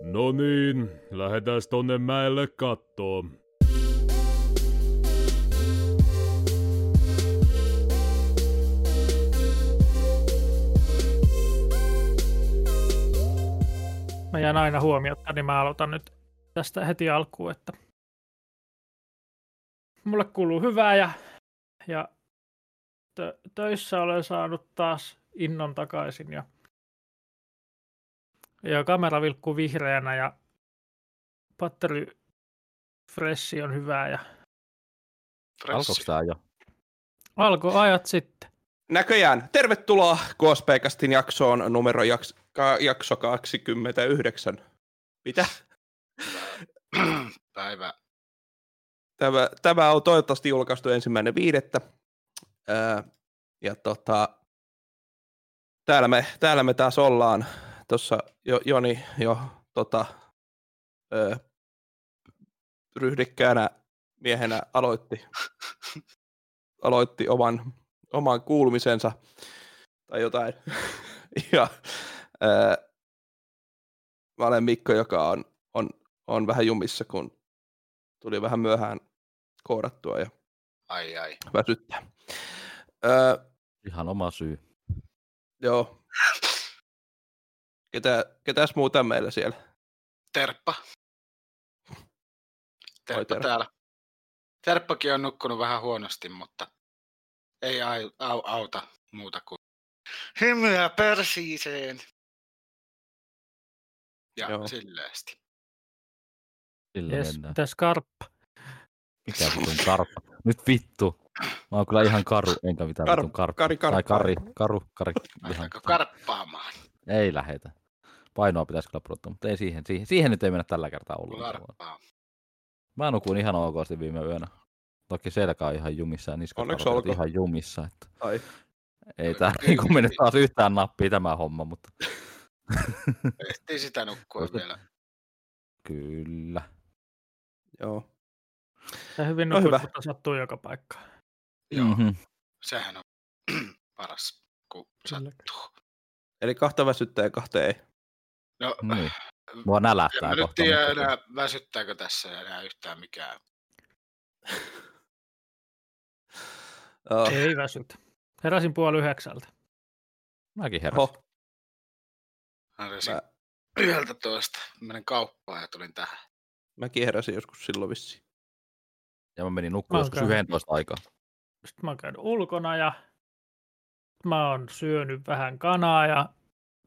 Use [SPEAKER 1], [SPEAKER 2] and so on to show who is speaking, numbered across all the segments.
[SPEAKER 1] No niin, lähdetään tonne mäelle kattoon.
[SPEAKER 2] Mä jään aina huomiota, niin mä aloitan nyt tästä heti alkuun, että mulle kuuluu hyvää ja, ja tö, töissä olen saanut taas innon takaisin ja, ja kamera vilkkuu vihreänä ja patteri fressi on hyvää ja
[SPEAKER 3] Alkoiko tää jo?
[SPEAKER 2] alkoi ajat sitten.
[SPEAKER 4] Näköjään. Tervetuloa KSP-kastin jaksoon numero jaks- ka- jakso 29. Mitä?
[SPEAKER 5] Päivä.
[SPEAKER 4] Tämä, tämä on toivottavasti julkaistu ensimmäinen viidettä. Öö, ja tota, täällä, me, täällä me taas ollaan. Tuossa jo, Joni jo tota, öö, ryhdikkäänä miehenä aloitti, aloitti oman, oman kuulumisensa tai jotain. ja, öö, mä olen Mikko, joka on, on, on vähän jumissa, kun tuli vähän myöhään koodattua ja
[SPEAKER 5] Ai ai.
[SPEAKER 4] väsyttää. Öö,
[SPEAKER 3] Ihan oma syy.
[SPEAKER 4] Joo. Ketä, ketäs muuta on meillä siellä?
[SPEAKER 5] Terppa. Terppa
[SPEAKER 4] Terppa.
[SPEAKER 5] täällä. Terppakin on nukkunut vähän huonosti, mutta ei ai, au, auta muuta kuin hymyä persiiseen. Ja
[SPEAKER 4] Joo.
[SPEAKER 5] Joo. silleesti.
[SPEAKER 3] Sillä yes,
[SPEAKER 2] Jes,
[SPEAKER 3] mennään.
[SPEAKER 2] tässä karppa.
[SPEAKER 3] Mikä vitun karpa? Nyt vittu. Mä oon kyllä ihan karu, enkä mitään
[SPEAKER 4] Kar-
[SPEAKER 3] vitun karppa.
[SPEAKER 4] kari karppaa.
[SPEAKER 3] Tai kari, karu, kari. Ihan,
[SPEAKER 5] Lähdetäänkö karppaamaan?
[SPEAKER 3] ei lähetä. Painoa pitäisi kyllä pudottaa, mutta ei siihen, siihen. Siihen nyt ei mennä tällä kertaa ollenkaan.
[SPEAKER 5] Karppaa.
[SPEAKER 3] Mä nukuin ihan okosti viime yönä. Toki selkä on ihan jumissa ja niskat
[SPEAKER 4] Onneksi
[SPEAKER 3] varpaat
[SPEAKER 4] olkoon.
[SPEAKER 3] ihan jumissa. Että
[SPEAKER 4] Ai.
[SPEAKER 3] ei tää niinku mene taas yhtään nappia tämä homma, mutta
[SPEAKER 5] Ehtii sitä nukkua
[SPEAKER 3] Koska-
[SPEAKER 5] vielä.
[SPEAKER 3] kyllä.
[SPEAKER 4] Joo.
[SPEAKER 2] Tää hyvin
[SPEAKER 4] No
[SPEAKER 2] no
[SPEAKER 4] hyvä.
[SPEAKER 2] mutta sattuu joka paikkaan.
[SPEAKER 5] Joo,
[SPEAKER 3] Mhm.
[SPEAKER 5] sehän on paras, kun
[SPEAKER 2] Kyllä.
[SPEAKER 5] sattuu.
[SPEAKER 4] Eli kahta väsyttää ja kahta ei.
[SPEAKER 5] No,
[SPEAKER 3] Niin. Mua nälähtää
[SPEAKER 5] en mä nyt
[SPEAKER 3] kohta, niinku
[SPEAKER 5] tiedä
[SPEAKER 3] mutta-
[SPEAKER 5] enää, väsyttääkö tässä enää yhtään mikään.
[SPEAKER 4] Joo.
[SPEAKER 2] Ei väsytä. Heräsin puoli yhdeksältä.
[SPEAKER 3] Mäkin heräsin.
[SPEAKER 4] Oho,
[SPEAKER 5] Mä
[SPEAKER 4] mä,
[SPEAKER 5] yhdeltä toista. Menin kauppaan ja tulin tähän.
[SPEAKER 4] mäkin heräsin joskus silloin vissiin.
[SPEAKER 3] Ja mä menin
[SPEAKER 2] Mä
[SPEAKER 3] nukkumaan
[SPEAKER 2] oon
[SPEAKER 3] joskus
[SPEAKER 2] käynyt.
[SPEAKER 3] 11 aikaa.
[SPEAKER 2] Sitten mä oon käynyt ulkona ja mä oon syönyt vähän kanaa ja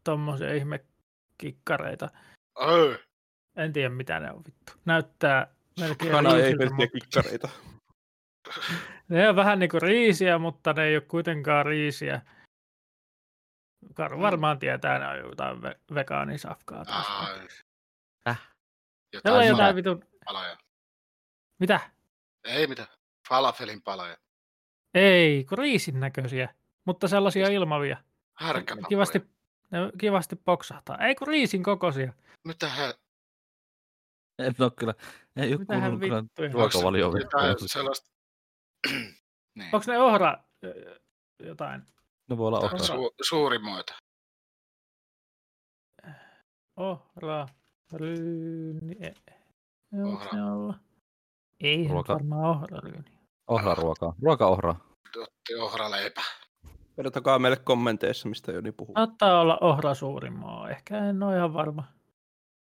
[SPEAKER 2] tommosia ihmekikkareita.
[SPEAKER 5] Öö,
[SPEAKER 2] En tiedä mitä ne on vittu. Näyttää melkein
[SPEAKER 4] Kana ei
[SPEAKER 2] riisiltä,
[SPEAKER 4] pelkkiä
[SPEAKER 2] mutta-
[SPEAKER 4] kikkareita.
[SPEAKER 2] Ne on vähän niinku riisiä, mutta ne ei ole kuitenkaan riisiä.
[SPEAKER 3] Mm.
[SPEAKER 2] Karu varmaan tietää, ne on jotain ve- vegaanisafkaa.
[SPEAKER 5] aa,
[SPEAKER 2] taas.
[SPEAKER 3] Häh?
[SPEAKER 2] Ne Äh. on
[SPEAKER 5] jotain
[SPEAKER 2] jotain vitun...
[SPEAKER 5] paloja.
[SPEAKER 2] Mitä?
[SPEAKER 5] Ei mitään. Falafelin paloja.
[SPEAKER 2] Ei, kun riisin näköisiä, mutta sellaisia ilmavia.
[SPEAKER 5] Härkäpapoja.
[SPEAKER 2] Kivasti, ne kivasti poksahtaa. Ei kun riisin kokoisia.
[SPEAKER 5] Mitä he...
[SPEAKER 3] En oo kyllä, ei oo
[SPEAKER 2] Mitähän
[SPEAKER 3] kuulunut kyllä
[SPEAKER 2] vittuja?
[SPEAKER 3] ruokavalio
[SPEAKER 5] Jotain sellaista... niin.
[SPEAKER 2] Onko ne ohra ö, jotain?
[SPEAKER 3] Ne voi olla
[SPEAKER 5] Jotain
[SPEAKER 3] ohraa.
[SPEAKER 5] Su- suurimoita.
[SPEAKER 2] Ohra, ryyni, e-
[SPEAKER 5] Ohra.
[SPEAKER 2] onko ne olla? Ei se nyt
[SPEAKER 3] Ruoka-
[SPEAKER 2] varmaan ohra ryyni.
[SPEAKER 3] Ohraruokaa. Ruokaohraa.
[SPEAKER 5] Otti ohraleipä.
[SPEAKER 4] Kertokaa meille kommenteissa, mistä Joni puhuu.
[SPEAKER 2] Saattaa olla ohra suurimmaa, ehkä en ole ihan varma.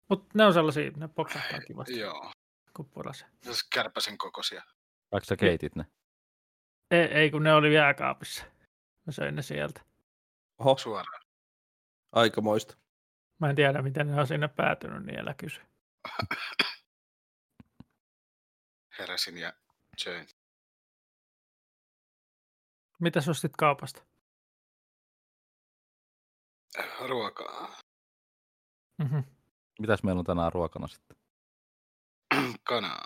[SPEAKER 2] Mutta ne on sellaisia, ne poksahtaa kivasti,
[SPEAKER 5] Joo.
[SPEAKER 2] kun purasee.
[SPEAKER 5] Jos kärpäsen kokoisia.
[SPEAKER 3] Vaikka sä keitit ne.
[SPEAKER 2] Ei, E, ei, kun ne oli jääkaapissa. Mä söin ne sieltä.
[SPEAKER 4] Oho,
[SPEAKER 5] Suoraan.
[SPEAKER 4] aikamoista.
[SPEAKER 2] Mä en tiedä, miten ne on sinne päätynyt, niin älä kysy.
[SPEAKER 5] Heräsin ja söin.
[SPEAKER 2] Mitä sä ostit kaupasta?
[SPEAKER 5] Ruokaa.
[SPEAKER 2] Mhm.
[SPEAKER 3] Mitäs meillä on tänään ruokana sitten?
[SPEAKER 5] Kanaa.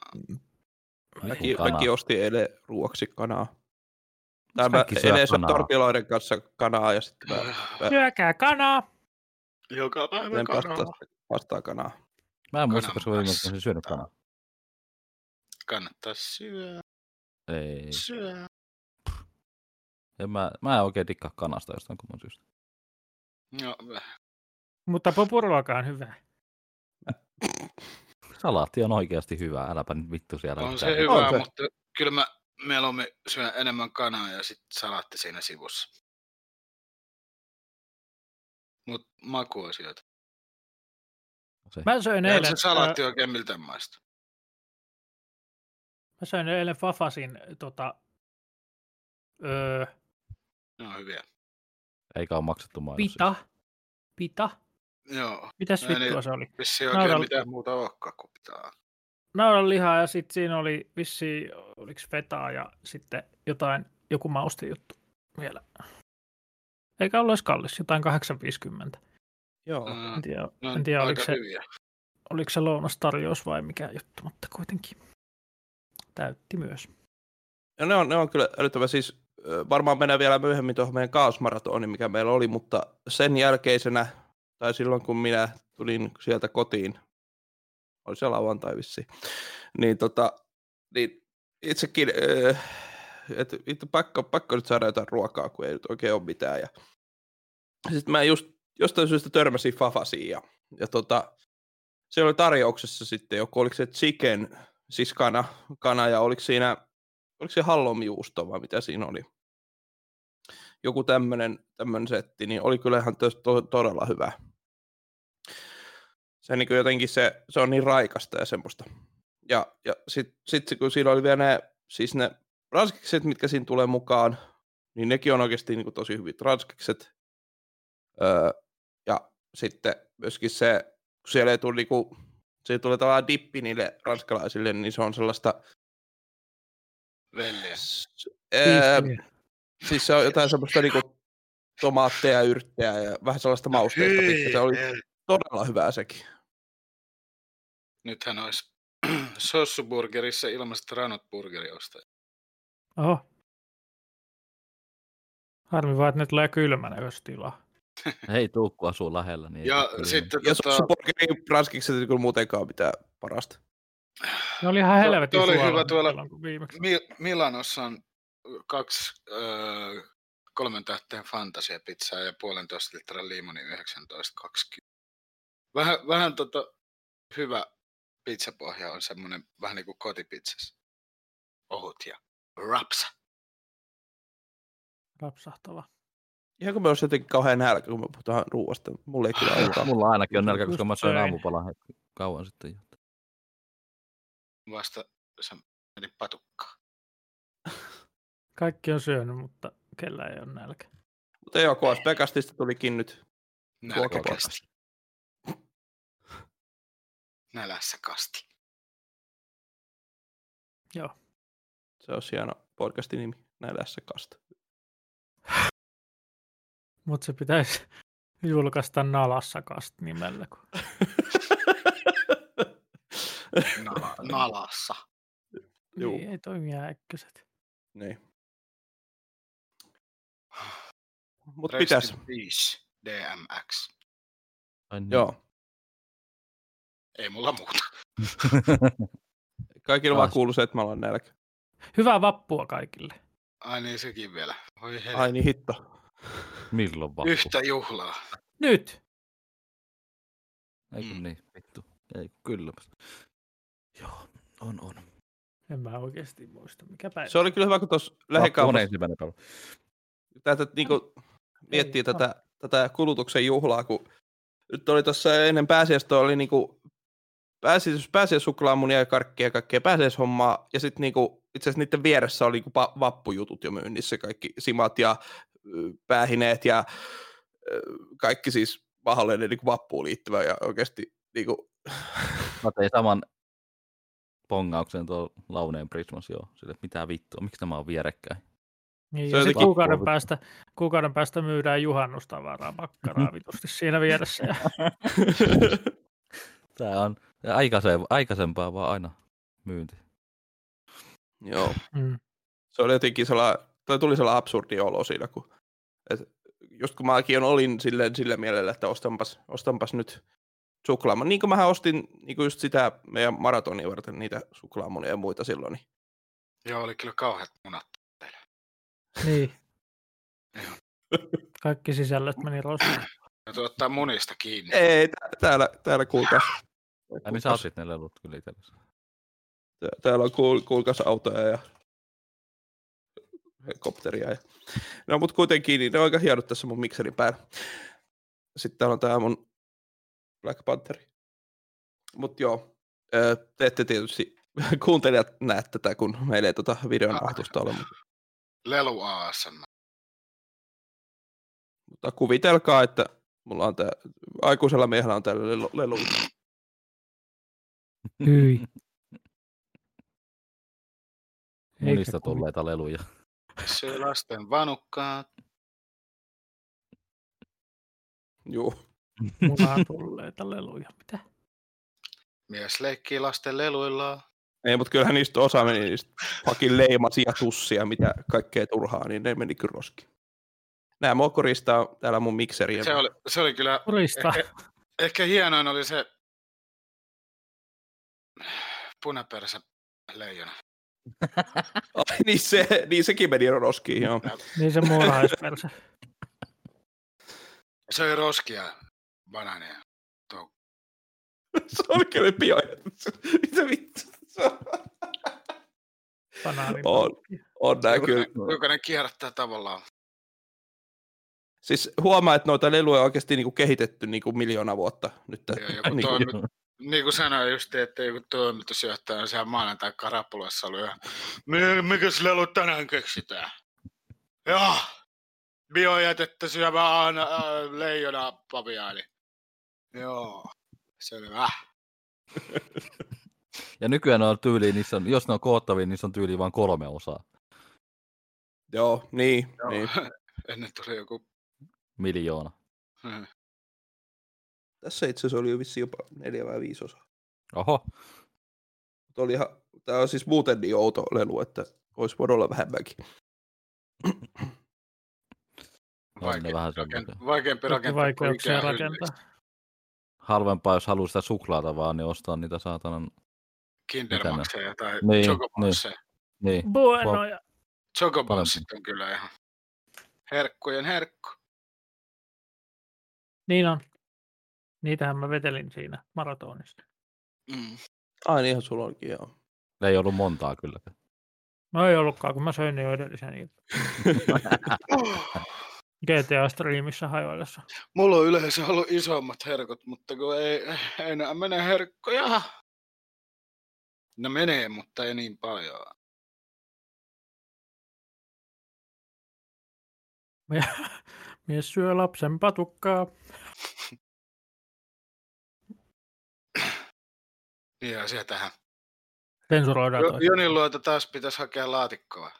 [SPEAKER 4] Mäkin,
[SPEAKER 3] Kanaa.
[SPEAKER 4] mäkin ostin eilen ruoksi kanaa. Tai mä
[SPEAKER 3] Miksi kaikki syö
[SPEAKER 4] eilen saa
[SPEAKER 3] kanaa?
[SPEAKER 4] tortiloiden kanssa kanaa ja sitten mä
[SPEAKER 2] Syökää kanaa!
[SPEAKER 5] Joka päivä
[SPEAKER 4] teen
[SPEAKER 5] kanaa.
[SPEAKER 4] pastaa, pastaa kanaa.
[SPEAKER 3] Mä en muista,
[SPEAKER 5] Kanan
[SPEAKER 3] koska viime
[SPEAKER 5] kanssa.
[SPEAKER 3] olisin syönyt kanaa.
[SPEAKER 5] Kannattaa syödä.
[SPEAKER 3] Ei.
[SPEAKER 5] Syödä.
[SPEAKER 3] En mä, mä en oikein dikkaa kanasta jostain kumman syystä.
[SPEAKER 5] No,
[SPEAKER 2] Mutta pupuruoka on hyvää.
[SPEAKER 3] Salaatti on oikeasti hyvä, äläpä nyt vittu siellä.
[SPEAKER 5] On
[SPEAKER 3] mitään.
[SPEAKER 5] se hyvä,
[SPEAKER 4] On se.
[SPEAKER 5] mutta kyllä mä mieluummin syön enemmän kanaa ja sitten salaatti siinä sivussa. Mutta makuasioita.
[SPEAKER 3] Se.
[SPEAKER 2] Mä söin
[SPEAKER 5] Eihän
[SPEAKER 2] eilen,
[SPEAKER 5] se
[SPEAKER 2] äh,
[SPEAKER 5] salaatti oikein miltään maista.
[SPEAKER 2] mä söin eilen Fafasin tota, öö,
[SPEAKER 5] Ne on hyviä.
[SPEAKER 3] Eikä ole maksettu mainos.
[SPEAKER 2] pita. Pita?
[SPEAKER 5] Joo,
[SPEAKER 2] Mitäs
[SPEAKER 5] No niin.
[SPEAKER 2] vittua se oli?
[SPEAKER 5] vissiin
[SPEAKER 2] Naudan-
[SPEAKER 5] oikein mitään muuta olekaan kuin pitää.
[SPEAKER 2] naudanlihaa ja sitten siinä oli vissiin, oliko fetaa ja sitten jotain, joku maustejuttu vielä. Eikä ollut edes kallis, jotain 850.
[SPEAKER 4] Joo.
[SPEAKER 5] Mm,
[SPEAKER 2] En tiedä,
[SPEAKER 5] ne
[SPEAKER 2] en
[SPEAKER 5] on
[SPEAKER 2] tiedä oliko,
[SPEAKER 5] aika
[SPEAKER 2] se,
[SPEAKER 5] hyviä.
[SPEAKER 2] oliko se lounastarjous vai mikä juttu, mutta kuitenkin täytti myös.
[SPEAKER 4] Ja ne on, ne on kyllä älyttävä. Siis ö, varmaan menee vielä myöhemmin tuohon meidän kaasmaratoniin, mikä meillä oli, mutta sen jälkeisenä, tai silloin kun minä tulin sieltä kotiin, oli se lauantai vissiin, niin, tota, niin itsekin, ö, että vittu pakko, pakko nyt saada jotain ruokaa, kun ei nyt oikein ole mitään. Ja... Sitten mä just jostain syystä törmäsin Fafasiin ja, ja tota, siellä oli tarjouksessa sitten joku, oliko se chicken, siis kana, kana ja oliko siinä oliko se hallomjuusto vai mitä siinä oli. Joku tämmöinen tämmönen setti, niin oli kyllä ihan tos- to- todella hyvä. Se, niin jotenkin se, se on niin raikasta ja semmoista. Ja, ja sitten sit, se, kun siinä oli vielä ne, siis ne ranskikset, mitkä siinä tulee mukaan, niin nekin on oikeasti niin tosi hyvät ranskikset. Öö, ja sitten myöskin se, kun siellä ei tule, niin kuin, se tulee tavallaan dippi niille ranskalaisille, niin se on sellaista
[SPEAKER 5] Velliä.
[SPEAKER 4] S- Öö, siis se on jotain semmoista niinku tomaatteja ja yrttejä ja vähän sellaista mausteista. pikkasen. Se oli
[SPEAKER 5] Hyi,
[SPEAKER 4] todella hyvää sekin.
[SPEAKER 5] Nythän olisi sossuburgerissa ilmaiset ranot burgeriosta.
[SPEAKER 2] Oho. Harmi vaan, että ne tulee kylmänä, jos tilaa.
[SPEAKER 3] Hei, Tuukku asuu lähellä. Niin ei
[SPEAKER 5] Ja
[SPEAKER 3] tule kylmä.
[SPEAKER 5] sitten
[SPEAKER 4] Ja
[SPEAKER 5] tota,
[SPEAKER 4] sossuburgeri ranskiksi ei kyllä muutenkaan mitään parasta.
[SPEAKER 2] Ne oli
[SPEAKER 4] No,
[SPEAKER 2] ihan
[SPEAKER 5] To-
[SPEAKER 2] helvetin
[SPEAKER 5] toi oli hyvä
[SPEAKER 2] suolaisia
[SPEAKER 5] tuolla-
[SPEAKER 2] silloin, kun viimeksi.
[SPEAKER 5] Mi- Milanossa on kaksi öö, kolmen tähteen fantasiapizzaa ja puolentoista litran liimoni 19,20. Vähän, vähän tota, hyvä pizzapohja on semmoinen vähän niin kuin kotipizzas. Ohut ja rapsa.
[SPEAKER 2] Rapsahtava.
[SPEAKER 4] Ihan kun me olisi jotenkin kauhean nälkä, kun me puhutaan ruoasta. Mulla ei kyllä
[SPEAKER 3] Mulla-
[SPEAKER 4] ole.
[SPEAKER 3] Mulla ainakin on nälkä,
[SPEAKER 2] Just
[SPEAKER 3] koska mä söin
[SPEAKER 2] näin.
[SPEAKER 3] aamupalaa hetki- kauan sitten. jo.
[SPEAKER 5] Vasta se meni patukkaan.
[SPEAKER 2] Kaikki on syönyt, mutta kellä ei ole nälkä.
[SPEAKER 4] Mutta joo, KS Pekastista tulikin nyt.
[SPEAKER 5] Nälkäkasti. Nälässä kasti.
[SPEAKER 4] Se on hieno podcastin nimi. Nälässä kasta.
[SPEAKER 2] Mutta se pitäisi julkaista Nalassa kast nimellä. Kun...
[SPEAKER 5] Nala, nalassa.
[SPEAKER 4] Juu.
[SPEAKER 2] Niin, ei toimi nämä äkköset.
[SPEAKER 4] niin. Mut
[SPEAKER 5] Rest
[SPEAKER 4] pitäis.
[SPEAKER 5] in peace, DMX.
[SPEAKER 3] Ai niin.
[SPEAKER 4] Joo.
[SPEAKER 5] Ei mulla muuta.
[SPEAKER 4] Kaikilla vaan
[SPEAKER 3] Taas.
[SPEAKER 4] kuuluu se, että mä olen nälkä.
[SPEAKER 2] Hyvää vappua kaikille.
[SPEAKER 5] Ai niin, sekin vielä. Voi helvetti.
[SPEAKER 4] Ai niin hitto.
[SPEAKER 3] Milloin vappu?
[SPEAKER 5] Yhtä juhlaa.
[SPEAKER 2] Nyt!
[SPEAKER 3] Ei kun
[SPEAKER 5] Mm.
[SPEAKER 3] niin, vittu. Ei kun kyllä. Joo, on on.
[SPEAKER 2] En mä oikeasti muista, mikä päivä.
[SPEAKER 4] Se oli kyllä hyvä, kun tuossa
[SPEAKER 3] Vappu on
[SPEAKER 4] lähikaupassa
[SPEAKER 3] ensimmäinen päivä.
[SPEAKER 4] tätä, niin kuin, miettii
[SPEAKER 2] Ei,
[SPEAKER 4] tätä, tätä kulutuksen juhlaa, kun nyt oli tuossa ennen pääsiäistä oli niin kuin, pääsiäis, pääsiäissuklaa, munia ja karkkia ja kaikkea pääsiäishommaa, ja sitten niin itse asiassa niiden vieressä oli niin pa- vappujutut jo myynnissä, kaikki simat ja ö, päähineet ja ö, kaikki siis mahdollinen niin vappuun liittyvä ja oikeasti niin kuin,
[SPEAKER 3] Mä tein saman pongauksen tuolla Launeen Prismas, joo. Sille, että mitä vittua, miksi nämä on vierekkäin?
[SPEAKER 2] Niin,
[SPEAKER 4] se
[SPEAKER 2] ja
[SPEAKER 4] on
[SPEAKER 2] se
[SPEAKER 4] jotenkin-
[SPEAKER 2] kuukauden, päästä, kuukauden päästä myydään juhannustavaraa pakkaraa vitusti siinä vieressä. Ja
[SPEAKER 3] Tää on aikaisem, aikaisempaa vaan aina myynti.
[SPEAKER 4] joo.
[SPEAKER 2] mm.
[SPEAKER 4] se oli jotenkin sellainen, tai tuli sellainen absurdi olo siinä, kun, et, just kun mäkin olin silleen, sillä mielellä, että ostanpas, ostanpas nyt suklaamun. Niin kuin mähän ostin niin kuin just sitä meidän maratonia varten niitä suklaamunia ja muita silloin. Niin.
[SPEAKER 5] Joo, oli kyllä kauheat munat.
[SPEAKER 2] Niin. Kaikki sisällöt meni roskaan.
[SPEAKER 5] Täytyy ottaa munista kiinni.
[SPEAKER 4] Ei, tää- täällä, täällä kuulkaa.
[SPEAKER 3] Ai niin sä otit ne lelut kyllä itsellesi.
[SPEAKER 4] Tää- Täällä on kuul- kuulkaas autoja ja helikopteria. Ja... No mut kuitenkin niin ne on aika hienot tässä mun mikserin päällä. Sitten täällä on tää mun Black Pantheri. Mut joo, öö, te ette tietysti kuuntelijat näe tätä, kun meillä ei tota videon ahtusta ole. mut-
[SPEAKER 5] Lelu ASM.
[SPEAKER 4] Mutta kuvitelkaa, että mulla on tää, aikuisella miehellä on täällä lelu, lelu.
[SPEAKER 2] Hyi.
[SPEAKER 3] Munista tulleita leluja.
[SPEAKER 5] Se lasten vanukkaat.
[SPEAKER 4] Juu.
[SPEAKER 2] Munaa tulleita leluja. Mitä?
[SPEAKER 5] Mies leikkii lasten leluilla.
[SPEAKER 4] Ei, mutta kyllähän niistä osa meni niistä pakin leimasia, tussia, mitä kaikkea turhaa, niin ne meni kyllä roskiin. Nämä mokorista on täällä mun mikseri.
[SPEAKER 5] Se oli, se oli kyllä
[SPEAKER 2] Purista.
[SPEAKER 5] Ehkä, ehkä hienoin oli se punaperässä leijona.
[SPEAKER 4] Ai, niin, se, niin sekin meni roskiin, joo.
[SPEAKER 2] Niin se muurahaispelsä.
[SPEAKER 5] Se oli roskia banaania.
[SPEAKER 4] Se oli kyllä pian. Mitä vittu? Se on-
[SPEAKER 2] Banaani.
[SPEAKER 4] On, on nää kyllä.
[SPEAKER 5] Jokainen kierrättää tavallaan. Siis,
[SPEAKER 4] Siis huomaa, että noita leluja on oikeasti niinku kehitetty niinku miljoona vuotta nyt.
[SPEAKER 5] ja joku
[SPEAKER 4] Niin.
[SPEAKER 5] toimi, niin kuin sanoin just, että joku toimitusjohtaja on siellä maanantai Karapulassa oli. ja, "Mi- Mikäs lelu tänään keksitään? Joo, biojätettä syövä aina äh, leijona paviaani. Joo, selvä.
[SPEAKER 3] Ja nykyään on tyyli, niissä on, jos ne on koottavia, niissä on tyyli vain kolme osaa.
[SPEAKER 4] Joo, niin.
[SPEAKER 5] Joo.
[SPEAKER 4] niin.
[SPEAKER 5] Ennen tuli joku
[SPEAKER 3] Miljoona.
[SPEAKER 5] mm,
[SPEAKER 4] Tässä itse asiassa oli jo vissi jopa neljä vai viisi osaa.
[SPEAKER 3] Oho,
[SPEAKER 4] Mutta oli ihan, tää on siis muuten niin outo lelu, että olisi voinut olla vähemmänkin.
[SPEAKER 3] ne vähän
[SPEAKER 5] rakentaa.
[SPEAKER 3] semmoisia.
[SPEAKER 5] Vaikeampi
[SPEAKER 2] Kaikki
[SPEAKER 5] rakentaa. kuin
[SPEAKER 2] vaikeuksia
[SPEAKER 5] Ikea
[SPEAKER 2] rakentaa.
[SPEAKER 5] hyllyistä.
[SPEAKER 3] halvempaa jos haluaa sitä suklaata vaan, niin ostaa niitä saatanan.
[SPEAKER 5] Kindermakseja tai
[SPEAKER 3] Niin,
[SPEAKER 5] chocobonsseja.
[SPEAKER 3] Niin,
[SPEAKER 2] Bueno ja
[SPEAKER 5] Chocobonssit on kyllä ihan herkkujen herkku.
[SPEAKER 2] niin on. Niitähän mä vetelin siinä maratonissa.
[SPEAKER 5] Mm.
[SPEAKER 4] Ai niinhän sulla onkin, joo.
[SPEAKER 3] ei ollut montaa kyllä.
[SPEAKER 2] No ei ollutkaan, kun mä söin ne jo edellisen ilta.
[SPEAKER 3] Äh.
[SPEAKER 2] GTA Streamissa hajoillessa.
[SPEAKER 5] Mulla on yleensä ollut isommat herkut, mutta kun ei, ei enää mene herkkuja. No menee, mutta ei niin paljon.
[SPEAKER 2] Mies syö lapsen patukkaa.
[SPEAKER 5] Niin ja se tähän.
[SPEAKER 2] Sensuroidaan
[SPEAKER 5] Jo,
[SPEAKER 2] toista.
[SPEAKER 5] Jonin luota taas pitäisi hakea laatikkoa.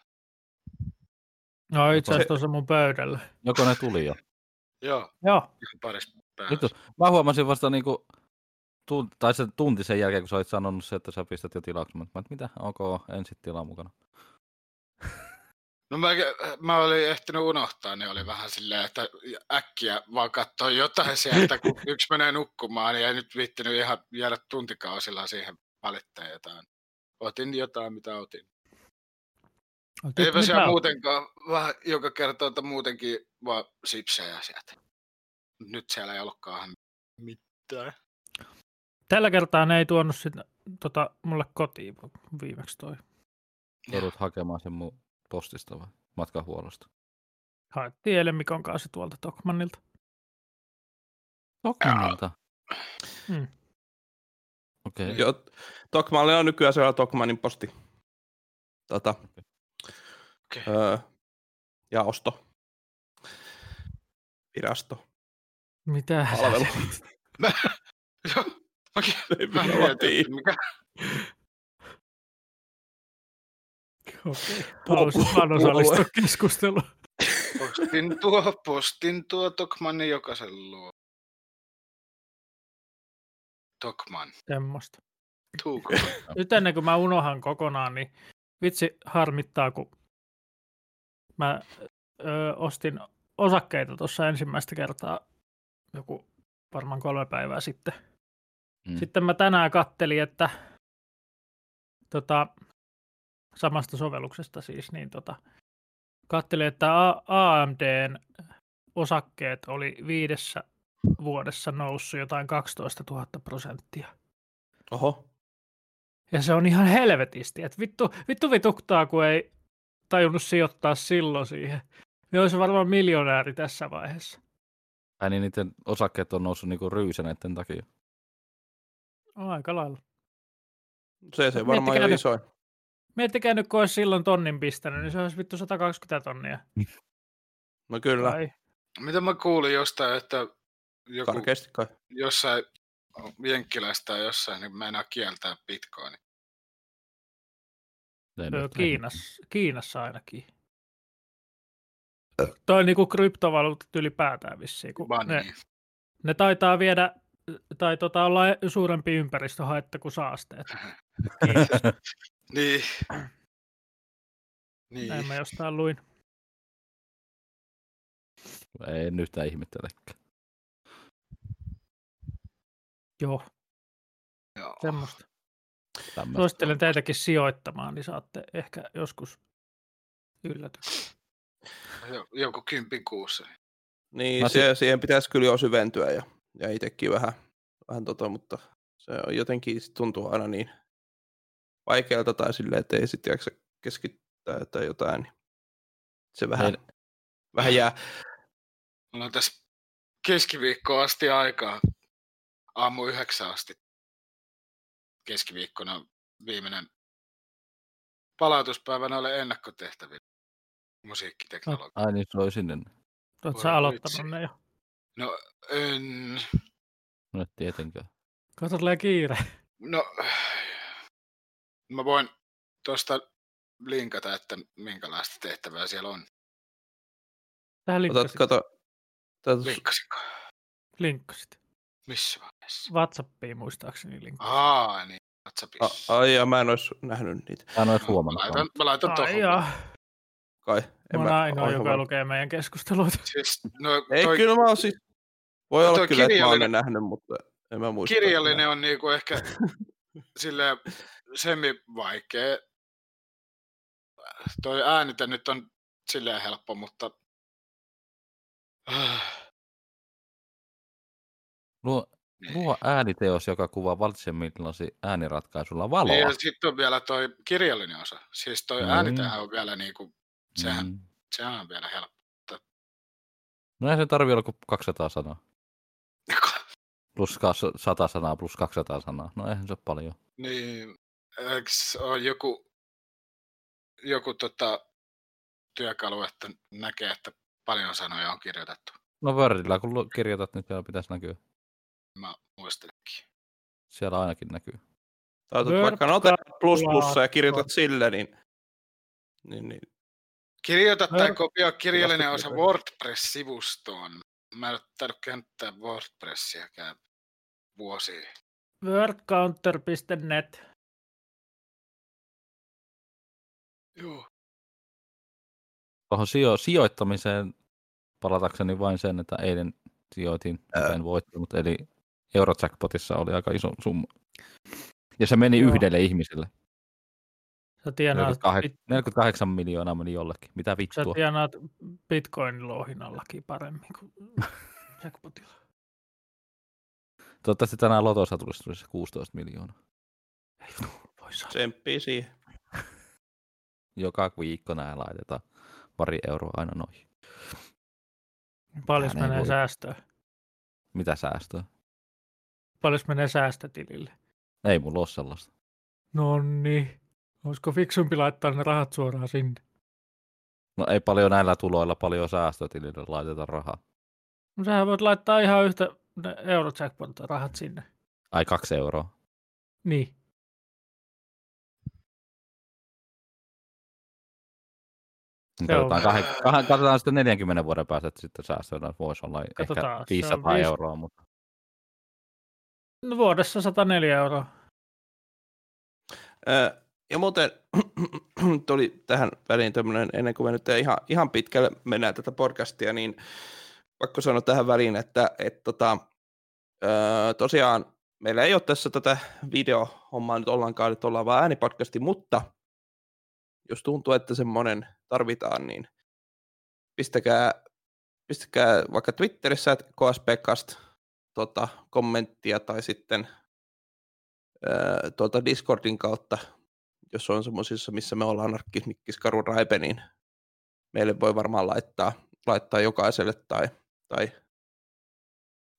[SPEAKER 2] No itse
[SPEAKER 3] Se-
[SPEAKER 2] asiassa tuossa mun pöydällä.
[SPEAKER 3] Joko ne tuli jo?
[SPEAKER 5] Joo,
[SPEAKER 2] Joo,
[SPEAKER 5] ihan parissa
[SPEAKER 3] Nyt,
[SPEAKER 5] päässä.
[SPEAKER 3] jos- mä huomasin vasta niinku, tunti, tai se tunti sen jälkeen, kun sä olit sanonut se, että sä pistät jo tilaksi. Mä, että mitä? Ok, en sit tilaa mukana.
[SPEAKER 5] No mä, mä olin ehtinyt unohtaa, niin oli vähän silleen, että äkkiä vaan katsoa jotain sieltä, kun yksi menee nukkumaan, niin ei nyt viittinyt ihan jäädä tuntikausilla siihen valittaa jotain. Otin jotain, mitä otin.
[SPEAKER 2] Otit
[SPEAKER 5] Eipä
[SPEAKER 2] mitä
[SPEAKER 5] siellä
[SPEAKER 2] otit?
[SPEAKER 5] muutenkaan, vähän joka kerta, että muutenkin vaan sipsejä sieltä. Nyt siellä ei ollutkaan mitään.
[SPEAKER 2] Tällä kertaa ne ei tuonut sitä, tota, mulle kotiin viimeksi toi
[SPEAKER 3] Edut hakemaan sen mun postista vai matkahuollosta.
[SPEAKER 2] Haettiin eilen Mikon kanssa tuolta Tokmanilta.
[SPEAKER 3] Tokmanilta.
[SPEAKER 2] Mm.
[SPEAKER 3] Okei. Okay.
[SPEAKER 4] Joo, Tokmalle on nykyään se Tokmanin posti. Tota,
[SPEAKER 5] Okei.
[SPEAKER 4] öö, jaosto. Virasto.
[SPEAKER 2] Mitä? sä
[SPEAKER 4] Palvelu.
[SPEAKER 2] siellä-
[SPEAKER 5] Joo, Mäkin,
[SPEAKER 4] Ei
[SPEAKER 5] mä
[SPEAKER 4] minä
[SPEAKER 5] mietin,
[SPEAKER 4] vaatii.
[SPEAKER 5] että mikä
[SPEAKER 2] Okei.
[SPEAKER 4] Pu-
[SPEAKER 2] Haluaisit vaan
[SPEAKER 4] puolue.
[SPEAKER 2] osallistua keskusteluun.
[SPEAKER 5] postin tuo, postin tuo Tokmanni jokaisen luo. Tokman,
[SPEAKER 2] Semmosta.
[SPEAKER 5] tuuko?
[SPEAKER 2] Nyt ennen kuin mä unohan kokonaan, niin vitsi harmittaa, kun mä ö, ostin osakkeita tuossa ensimmäistä kertaa joku varmaan kolme päivää sitten.
[SPEAKER 3] Mm.
[SPEAKER 2] Sitten mä tänään kattelin, että tota, samasta sovelluksesta siis, niin tota, kattelin, että A- AMDn osakkeet oli viidessä vuodessa noussut jotain 12 000 prosenttia.
[SPEAKER 4] Oho.
[SPEAKER 2] Ja se on ihan helvetisti. Et vittu, vittu vituttaa, kun ei tajunnut sijoittaa silloin siihen. Niin olisi varmaan miljonääri tässä vaiheessa.
[SPEAKER 3] Ai niin, niiden osakkeet on noussut niinku ryyseneiden takia.
[SPEAKER 2] Aika lailla.
[SPEAKER 4] Se, se varmaan
[SPEAKER 2] Miettikää
[SPEAKER 4] jo
[SPEAKER 2] nyt.
[SPEAKER 4] isoin.
[SPEAKER 2] Miettikää nyt, kun olisi silloin tonnin pistänyt, niin se olisi vittu 120 tonnia.
[SPEAKER 4] No kyllä,
[SPEAKER 2] Tai
[SPEAKER 5] Mitä mä kuulin jostain, että joku
[SPEAKER 4] karkeasti kai.
[SPEAKER 5] jossain jenkkiläistä tai jossain, niin meinaa kieltää bitcoin.
[SPEAKER 3] Ei
[SPEAKER 2] ö,
[SPEAKER 3] nyt.
[SPEAKER 2] Kiinassa, Kiinassa ainakin. Toi niinku kryptovaluutat ylipäätään vissiin, kun ne,
[SPEAKER 5] Bani.
[SPEAKER 2] ne taitaa viedä tai tota, olla suurempi ympäristöhaitta kuin saasteet.
[SPEAKER 5] Niin.
[SPEAKER 2] Näin
[SPEAKER 5] Niin.
[SPEAKER 2] mä jostain luin.
[SPEAKER 3] Ei en yhtään ihmettelekään.
[SPEAKER 2] Joo,
[SPEAKER 5] Joo.
[SPEAKER 2] semmoista.
[SPEAKER 3] Tämmöistä.
[SPEAKER 2] Suosittelen teitäkin sijoittamaan, niin saatte ehkä joskus yllätyksen.
[SPEAKER 5] Jo- Joku kympin kuussa.
[SPEAKER 4] Niin,
[SPEAKER 3] Mä
[SPEAKER 4] se, siihen pitäisi kyllä jo syventyä ja, ja itsekin vähän, vähän tota, mutta se on jotenkin sit tuntuu aina niin vaikealta tai silleen, että ei sitten jaksa keskittää tai jotain. Niin se vähän,
[SPEAKER 3] Meidän-
[SPEAKER 4] vähän jää.
[SPEAKER 5] Mulla on tässä keskiviikkoa asti aikaa. Aamu yhdeksän asti. Keskiviikkona viimeinen palautuspäivä noille ennakkotehtäville. Musiikkiteknologia.
[SPEAKER 3] Ai niin, se oli sinne.
[SPEAKER 2] Oletko
[SPEAKER 5] Voi
[SPEAKER 2] sä
[SPEAKER 5] vitsi.
[SPEAKER 2] aloittanut ne jo?
[SPEAKER 5] En...
[SPEAKER 3] No et tietenkään.
[SPEAKER 2] Kohta tulee kiire.
[SPEAKER 5] No, mä voin tuosta linkata, että minkälaista tehtävää siellä on.
[SPEAKER 2] Tähän
[SPEAKER 4] Otat,
[SPEAKER 2] linkkasit.
[SPEAKER 4] kato, otat,
[SPEAKER 5] Linkkasinko?
[SPEAKER 2] linkkasit.
[SPEAKER 5] Missä vaiheessa?
[SPEAKER 2] Whatsappiin muistaakseni linkkasit.
[SPEAKER 5] Aa, niin.
[SPEAKER 4] a,
[SPEAKER 5] WhatsAppissa.
[SPEAKER 4] ai, ja mä en olisi nähnyt niitä
[SPEAKER 3] Mä en ole
[SPEAKER 5] No, mä
[SPEAKER 3] huomannut. vaan.
[SPEAKER 5] laitan, mä laitan tuohon.
[SPEAKER 2] Ai jaa.
[SPEAKER 4] kai.
[SPEAKER 2] Mä oon ainoa,
[SPEAKER 4] oon
[SPEAKER 2] joka
[SPEAKER 4] huomannut.
[SPEAKER 2] lukee meidän keskusteluita.
[SPEAKER 5] Siis, no,
[SPEAKER 4] Ei,
[SPEAKER 5] toi
[SPEAKER 4] kyllä mä oon siis, voi
[SPEAKER 5] No
[SPEAKER 4] olla
[SPEAKER 5] toi
[SPEAKER 4] kyllä, että mä oon ne
[SPEAKER 5] kirjallinen-
[SPEAKER 4] nähnyt, mutta en mä muista. että mä-
[SPEAKER 5] kirjallinen on niinku ehkä sille semi-vaikea. Toi äänitä nyt on silleen helppo, mutta Ah,
[SPEAKER 3] Luo,
[SPEAKER 5] niin.
[SPEAKER 3] luo ääniteos, joka kuvaa valitsemillaisi ääniratkaisulla valoa.
[SPEAKER 5] Niin, ja sitten on vielä toi kirjallinen osa. Siis toi
[SPEAKER 3] Mm.
[SPEAKER 5] mm. äänitähän on vielä niinku, sehän, mm.
[SPEAKER 3] Mm.
[SPEAKER 5] sehän on vielä helppo.
[SPEAKER 3] No ei se tarvii olla kuin 200 sanaa. Plus kas- 100 sanaa plus 200 sanaa. No eihän se ole paljon.
[SPEAKER 5] niin, eiks on joku, joku tota, työkalu, että näkee, että paljon sanoja on kirjoitettu.
[SPEAKER 3] No Wordillä, kun lu- kirjoitat, niin siellä pitäisi näkyä.
[SPEAKER 5] Mä muistelenkin.
[SPEAKER 3] Siellä ainakin näkyy.
[SPEAKER 4] Tai otat
[SPEAKER 2] Word
[SPEAKER 4] vaikka note plus plussa ja
[SPEAKER 2] kalkulaattori.
[SPEAKER 4] kirjoitat sille, niin, niin, niin
[SPEAKER 5] Kirjoita
[SPEAKER 2] Mä-
[SPEAKER 5] tai kopioi kirjallinen osa
[SPEAKER 4] kirjoitan.
[SPEAKER 5] WordPress-sivustoon. Mä en ole tainnut käyttää WordPressiäkään vuosiin.
[SPEAKER 2] Wordcounter.net.
[SPEAKER 5] Joo.
[SPEAKER 3] Tuohon sijo- sijoittamiseen palatakseni vain sen, että eilen sijoitin, mitä en voittanut. Eli Eurojackpotissa oli aika iso summa. Ja se meni
[SPEAKER 2] Joo.
[SPEAKER 3] yhdelle ihmiselle.
[SPEAKER 2] Sä tienaat,
[SPEAKER 3] 48,
[SPEAKER 2] bit-
[SPEAKER 3] 48 miljoonaa meni jollekin. Mitä
[SPEAKER 2] sä
[SPEAKER 3] vittua?
[SPEAKER 2] tienaat bitcoin louhinnallakin paremmin kuin jackpotilla.
[SPEAKER 3] Toivottavasti tänään Lotossa tulisi tulisi 16 miljoonaa.
[SPEAKER 2] Ei tuu, voi saa.
[SPEAKER 4] tsemppii siihen.
[SPEAKER 3] Joka viikko nämä laitetaan pari euroa aina noihin.
[SPEAKER 2] Paljon
[SPEAKER 3] Tähän ei
[SPEAKER 2] menee
[SPEAKER 3] voi.
[SPEAKER 2] säästöön?
[SPEAKER 3] Mitä säästöä?
[SPEAKER 2] Paljon menee säästötilille?
[SPEAKER 3] Ei mulla ole sellaista.
[SPEAKER 2] Nonni. Olisiko fiksumpi laittaa ne rahat suoraan sinne?
[SPEAKER 3] No ei paljon näillä tuloilla paljon säästötilille laiteta rahaa.
[SPEAKER 2] No sähän voit laittaa ihan yhtä ne eurojackpot rahat sinne.
[SPEAKER 3] Ai kaksi euroa.
[SPEAKER 2] Niin. Se on-
[SPEAKER 3] Katsotaan, kahden, kahden, katsotaan sitten 40 vuoden päästä, että sitten säästöillä voisi olla
[SPEAKER 2] Katsotaan, se
[SPEAKER 3] ehkä
[SPEAKER 2] on
[SPEAKER 3] 500
[SPEAKER 2] viis-
[SPEAKER 3] euroa, mutta
[SPEAKER 2] No vuodessa 104 euroa.
[SPEAKER 4] Öö, ja muuten tuli tähän väliin tämmöinen, ennen kuin me nyt ihan, ihan pitkälle mennään tätä podcastia, niin pakko sanoa tähän väliin, että et, tota, öö, tosiaan meillä ei ole tässä tätä videohommaa nyt ollenkaan, nyt ollaan vaan äänipodcasti, mutta jos tuntuu, että semmoinen tarvitaan, niin pistäkää, pistäkää vaikka Twitterissä, että KSPcast, tota, kommenttia tai sitten öö, tuolta Discordin kautta, jos on semmoisissa, missä me ollaan narkkismikkiskaru raipe, niin meille voi varmaan laittaa, laittaa jokaiselle tai, tai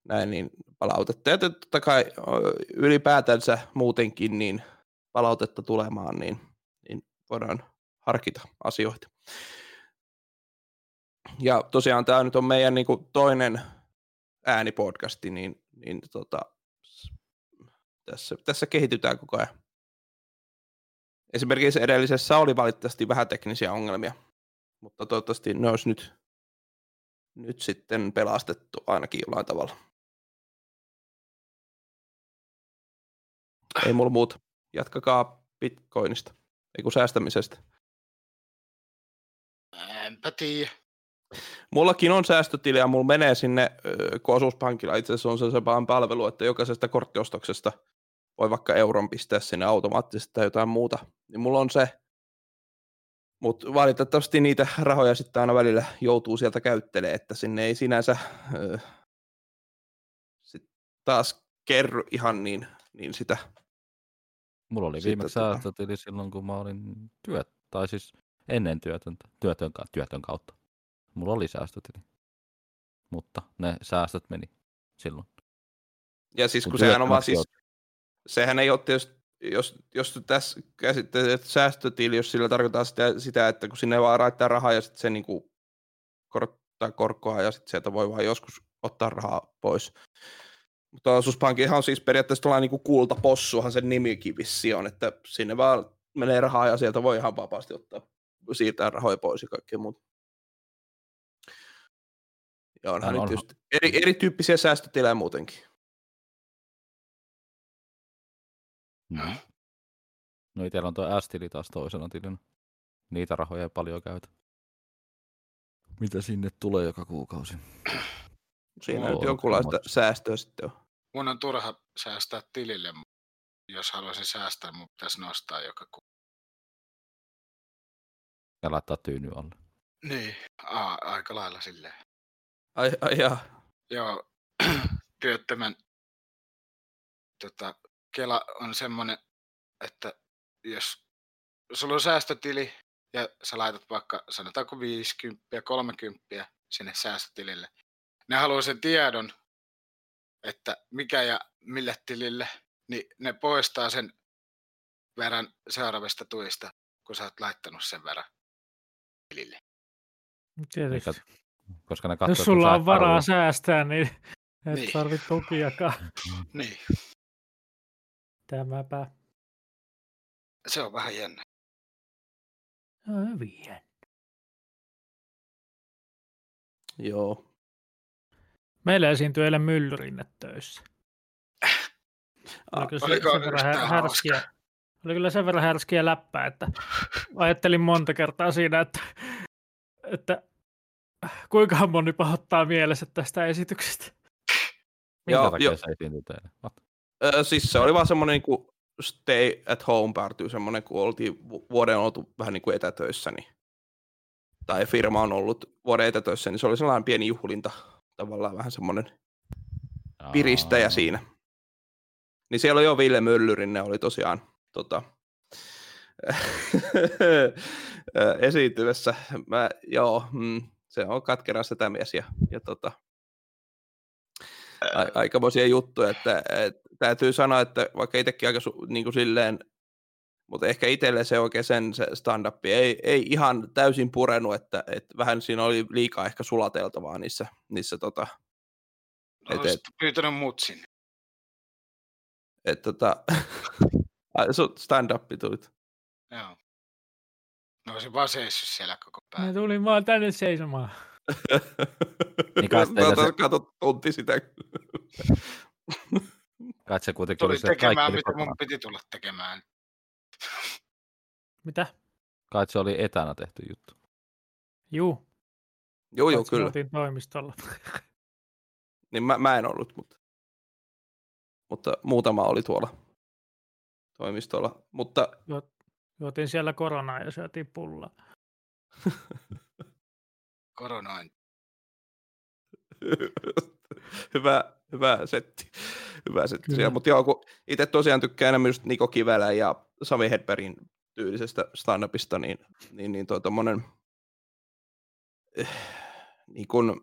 [SPEAKER 4] näin, niin palautetta. Ja totta kai öö, ylipäätänsä muutenkin niin palautetta tulemaan, niin, niin voidaan harkita asioita. Ja tosiaan tämä nyt on meidän niin kuin, toinen äänipodcasti, niin, niin tota, tässä, tässä kehitytään koko ajan. Esimerkiksi edellisessä oli valitettavasti vähän teknisiä ongelmia, mutta toivottavasti ne olisi nyt, nyt sitten pelastettu ainakin jollain tavalla. Ei mulla muuta. Jatkakaa bitcoinista, ei kun säästämisestä.
[SPEAKER 5] Enpä tiedä.
[SPEAKER 4] Mullakin on säästötili ja mulla menee sinne, ö, kun osuuspankilla itse asiassa on se sellainen palvelu, että jokaisesta korttiostoksesta voi vaikka euron pistää sinne automaattisesti tai jotain muuta. Niin mulla on se, mutta valitettavasti niitä rahoja sitten aina välillä joutuu sieltä käyttelemään, että sinne ei sinänsä ö, sit taas kerry ihan niin, niin sitä.
[SPEAKER 3] Mulla oli
[SPEAKER 4] Sitten
[SPEAKER 3] viimeksi
[SPEAKER 4] tota-
[SPEAKER 3] säästötili silloin, kun mä olin työt, tai siis ennen työtöntä, työtön, ka- työtön kautta. Mulla oli säästötili. Mutta ne säästöt meni silloin.
[SPEAKER 4] Ja siis kun
[SPEAKER 3] Kun
[SPEAKER 4] sehän on vaan
[SPEAKER 3] työttömäksi
[SPEAKER 4] siis,
[SPEAKER 3] joutuu.
[SPEAKER 4] sehän ei ole tietysti, jos, jos tässä käsitteet säästötili, jos sillä tarkoittaa sitä, sitä, että kun sinne vaan laittaa rahaa ja sitten se niin kuin korottaa korkoa ja sitten sieltä voi vaan joskus ottaa rahaa pois. Mutta osuuspankkihan on siis periaatteessa tällainen niin kuin kultapossuhan sen nimikin vissi on, että sinne vaan menee rahaa ja sieltä voi ihan vapaasti ottaa, siirtää rahoja pois ja kaikkea muuta. Ja onhan
[SPEAKER 3] Täällä
[SPEAKER 4] nyt
[SPEAKER 3] onhan-
[SPEAKER 4] tietysti eri, erityyppisiä säästötilejä muutenkin.
[SPEAKER 3] Mm. No itellä on tuo S-tili taas toisena tilinä. Niitä rahoja ei paljon käytä. Mitä sinne tulee joka kuukausi?
[SPEAKER 4] Siinä
[SPEAKER 3] Joo,
[SPEAKER 4] nyt jonkunlaista
[SPEAKER 3] maksaa.
[SPEAKER 4] säästöä sitten on.
[SPEAKER 5] Mun on turha säästää tilille, mut jos haluaisin säästää, mun pitäisi nostaa joka ku...
[SPEAKER 3] Ja laittaa tyyny alle.
[SPEAKER 5] Niin. Aa, aika lailla silleen.
[SPEAKER 4] Ai, ai jaa.
[SPEAKER 5] Joo, työttömän tota, Kela on semmoinen, että jos sulla on säästötili ja sä laitat vaikka sanotaanko 50, 30 sinne säästötilille, ne haluaa sen tiedon, että mikä ja mille tilille, niin ne poistaa sen verran seuraavista tuista, kun sä oot laittanut sen verran tilille.
[SPEAKER 2] Tietysti.
[SPEAKER 3] Eikä, koska ne
[SPEAKER 2] Jos
[SPEAKER 3] katsoo, että
[SPEAKER 2] sulla
[SPEAKER 3] sä
[SPEAKER 2] on
[SPEAKER 3] et
[SPEAKER 2] varaa
[SPEAKER 3] halua.
[SPEAKER 2] säästää, niin et
[SPEAKER 5] Niin.
[SPEAKER 2] tarvitse tukiakaan.
[SPEAKER 5] Niin,
[SPEAKER 2] Tämäpä
[SPEAKER 5] se on vähän jännä.
[SPEAKER 2] on No hyviä.
[SPEAKER 4] Joo.
[SPEAKER 2] Meillä esiintyi eilen myllyrinne töissä. Oli No kyllä se-
[SPEAKER 5] Ah, Oliko
[SPEAKER 2] sen verran
[SPEAKER 5] yhtään
[SPEAKER 2] här-
[SPEAKER 5] hauskaa?
[SPEAKER 2] härskiä, oli kyllä sen verran härskiä läppää, että ajattelin monta kertaa siinä, että, että kuinka moni pahoittaa mielessä tästä esityksestä.
[SPEAKER 3] Minkä
[SPEAKER 4] Joo,
[SPEAKER 3] takia
[SPEAKER 4] joo.
[SPEAKER 3] se esiintyy teille? What?
[SPEAKER 4] Ö, siis se oli vaan semmoinen niin kuin stay at home party, semmoinen kun oltiin vu- vuoden oltu vähän niin kuin etätöissä, niin, tai firma on ollut vuoden etätöissä, niin se oli sellainen pieni juhlinta, tavallaan vähän semmoinen piristäjä
[SPEAKER 3] Aa,
[SPEAKER 4] siinä. Niin siellä jo Ville Myllyrinne oli tosiaan tota, esiintymässä. Mä, joo, mm, se on katkera sitä mies ja, ja tota, a- aikamoisia juttuja, että et, täytyy sanoa, että vaikka itsekin aika su, niin kuin silleen, mutta ehkä itselle se oikein sen se stand-up ei, ei ihan täysin purenut, että, että vähän siinä oli liikaa ehkä sulateltavaa niissä, niissä tota, et- et-
[SPEAKER 5] Olisit pyytänyt mutsin.
[SPEAKER 4] että tota, ai, sun stand-up tulit.
[SPEAKER 5] Joo. Mä olisin vaan seissyt siellä koko
[SPEAKER 2] Mä
[SPEAKER 5] päivän.
[SPEAKER 2] tulin vaan tänne seisomaan.
[SPEAKER 3] Niin kai
[SPEAKER 4] Mä
[SPEAKER 3] teillä
[SPEAKER 4] otan
[SPEAKER 3] se-
[SPEAKER 4] katot tunti sitä.
[SPEAKER 3] Kai se kuitenkin oli
[SPEAKER 5] Tulin
[SPEAKER 3] se, että kaikki
[SPEAKER 5] tekemään,
[SPEAKER 3] oli,
[SPEAKER 5] mitä
[SPEAKER 3] kotona.
[SPEAKER 5] mun piti tulla tekemään.
[SPEAKER 2] Mitä?
[SPEAKER 3] kai se oli etänä tehty juttu.
[SPEAKER 2] Juu,
[SPEAKER 4] joo, joo,
[SPEAKER 2] paitsi me
[SPEAKER 4] kyllä.
[SPEAKER 2] oltiin toimistolla.
[SPEAKER 4] Niin mä, mä en ollut, mutta, mutta muutama oli tuolla toimistolla. Mutta
[SPEAKER 2] Juotiin siellä koronaa ja syötiin pullaa.
[SPEAKER 5] Koronoin.
[SPEAKER 4] hyvä, hyvä setti. hyvä sitten
[SPEAKER 2] Kyllä.
[SPEAKER 4] siellä. Mutta joo, kun itse tosiaan tykkään enemmän just Niko Kivelän ja Sami Hedbergin tyylisestä stand-upista, niin, niin, niin toi tommonen, eh, niin kun,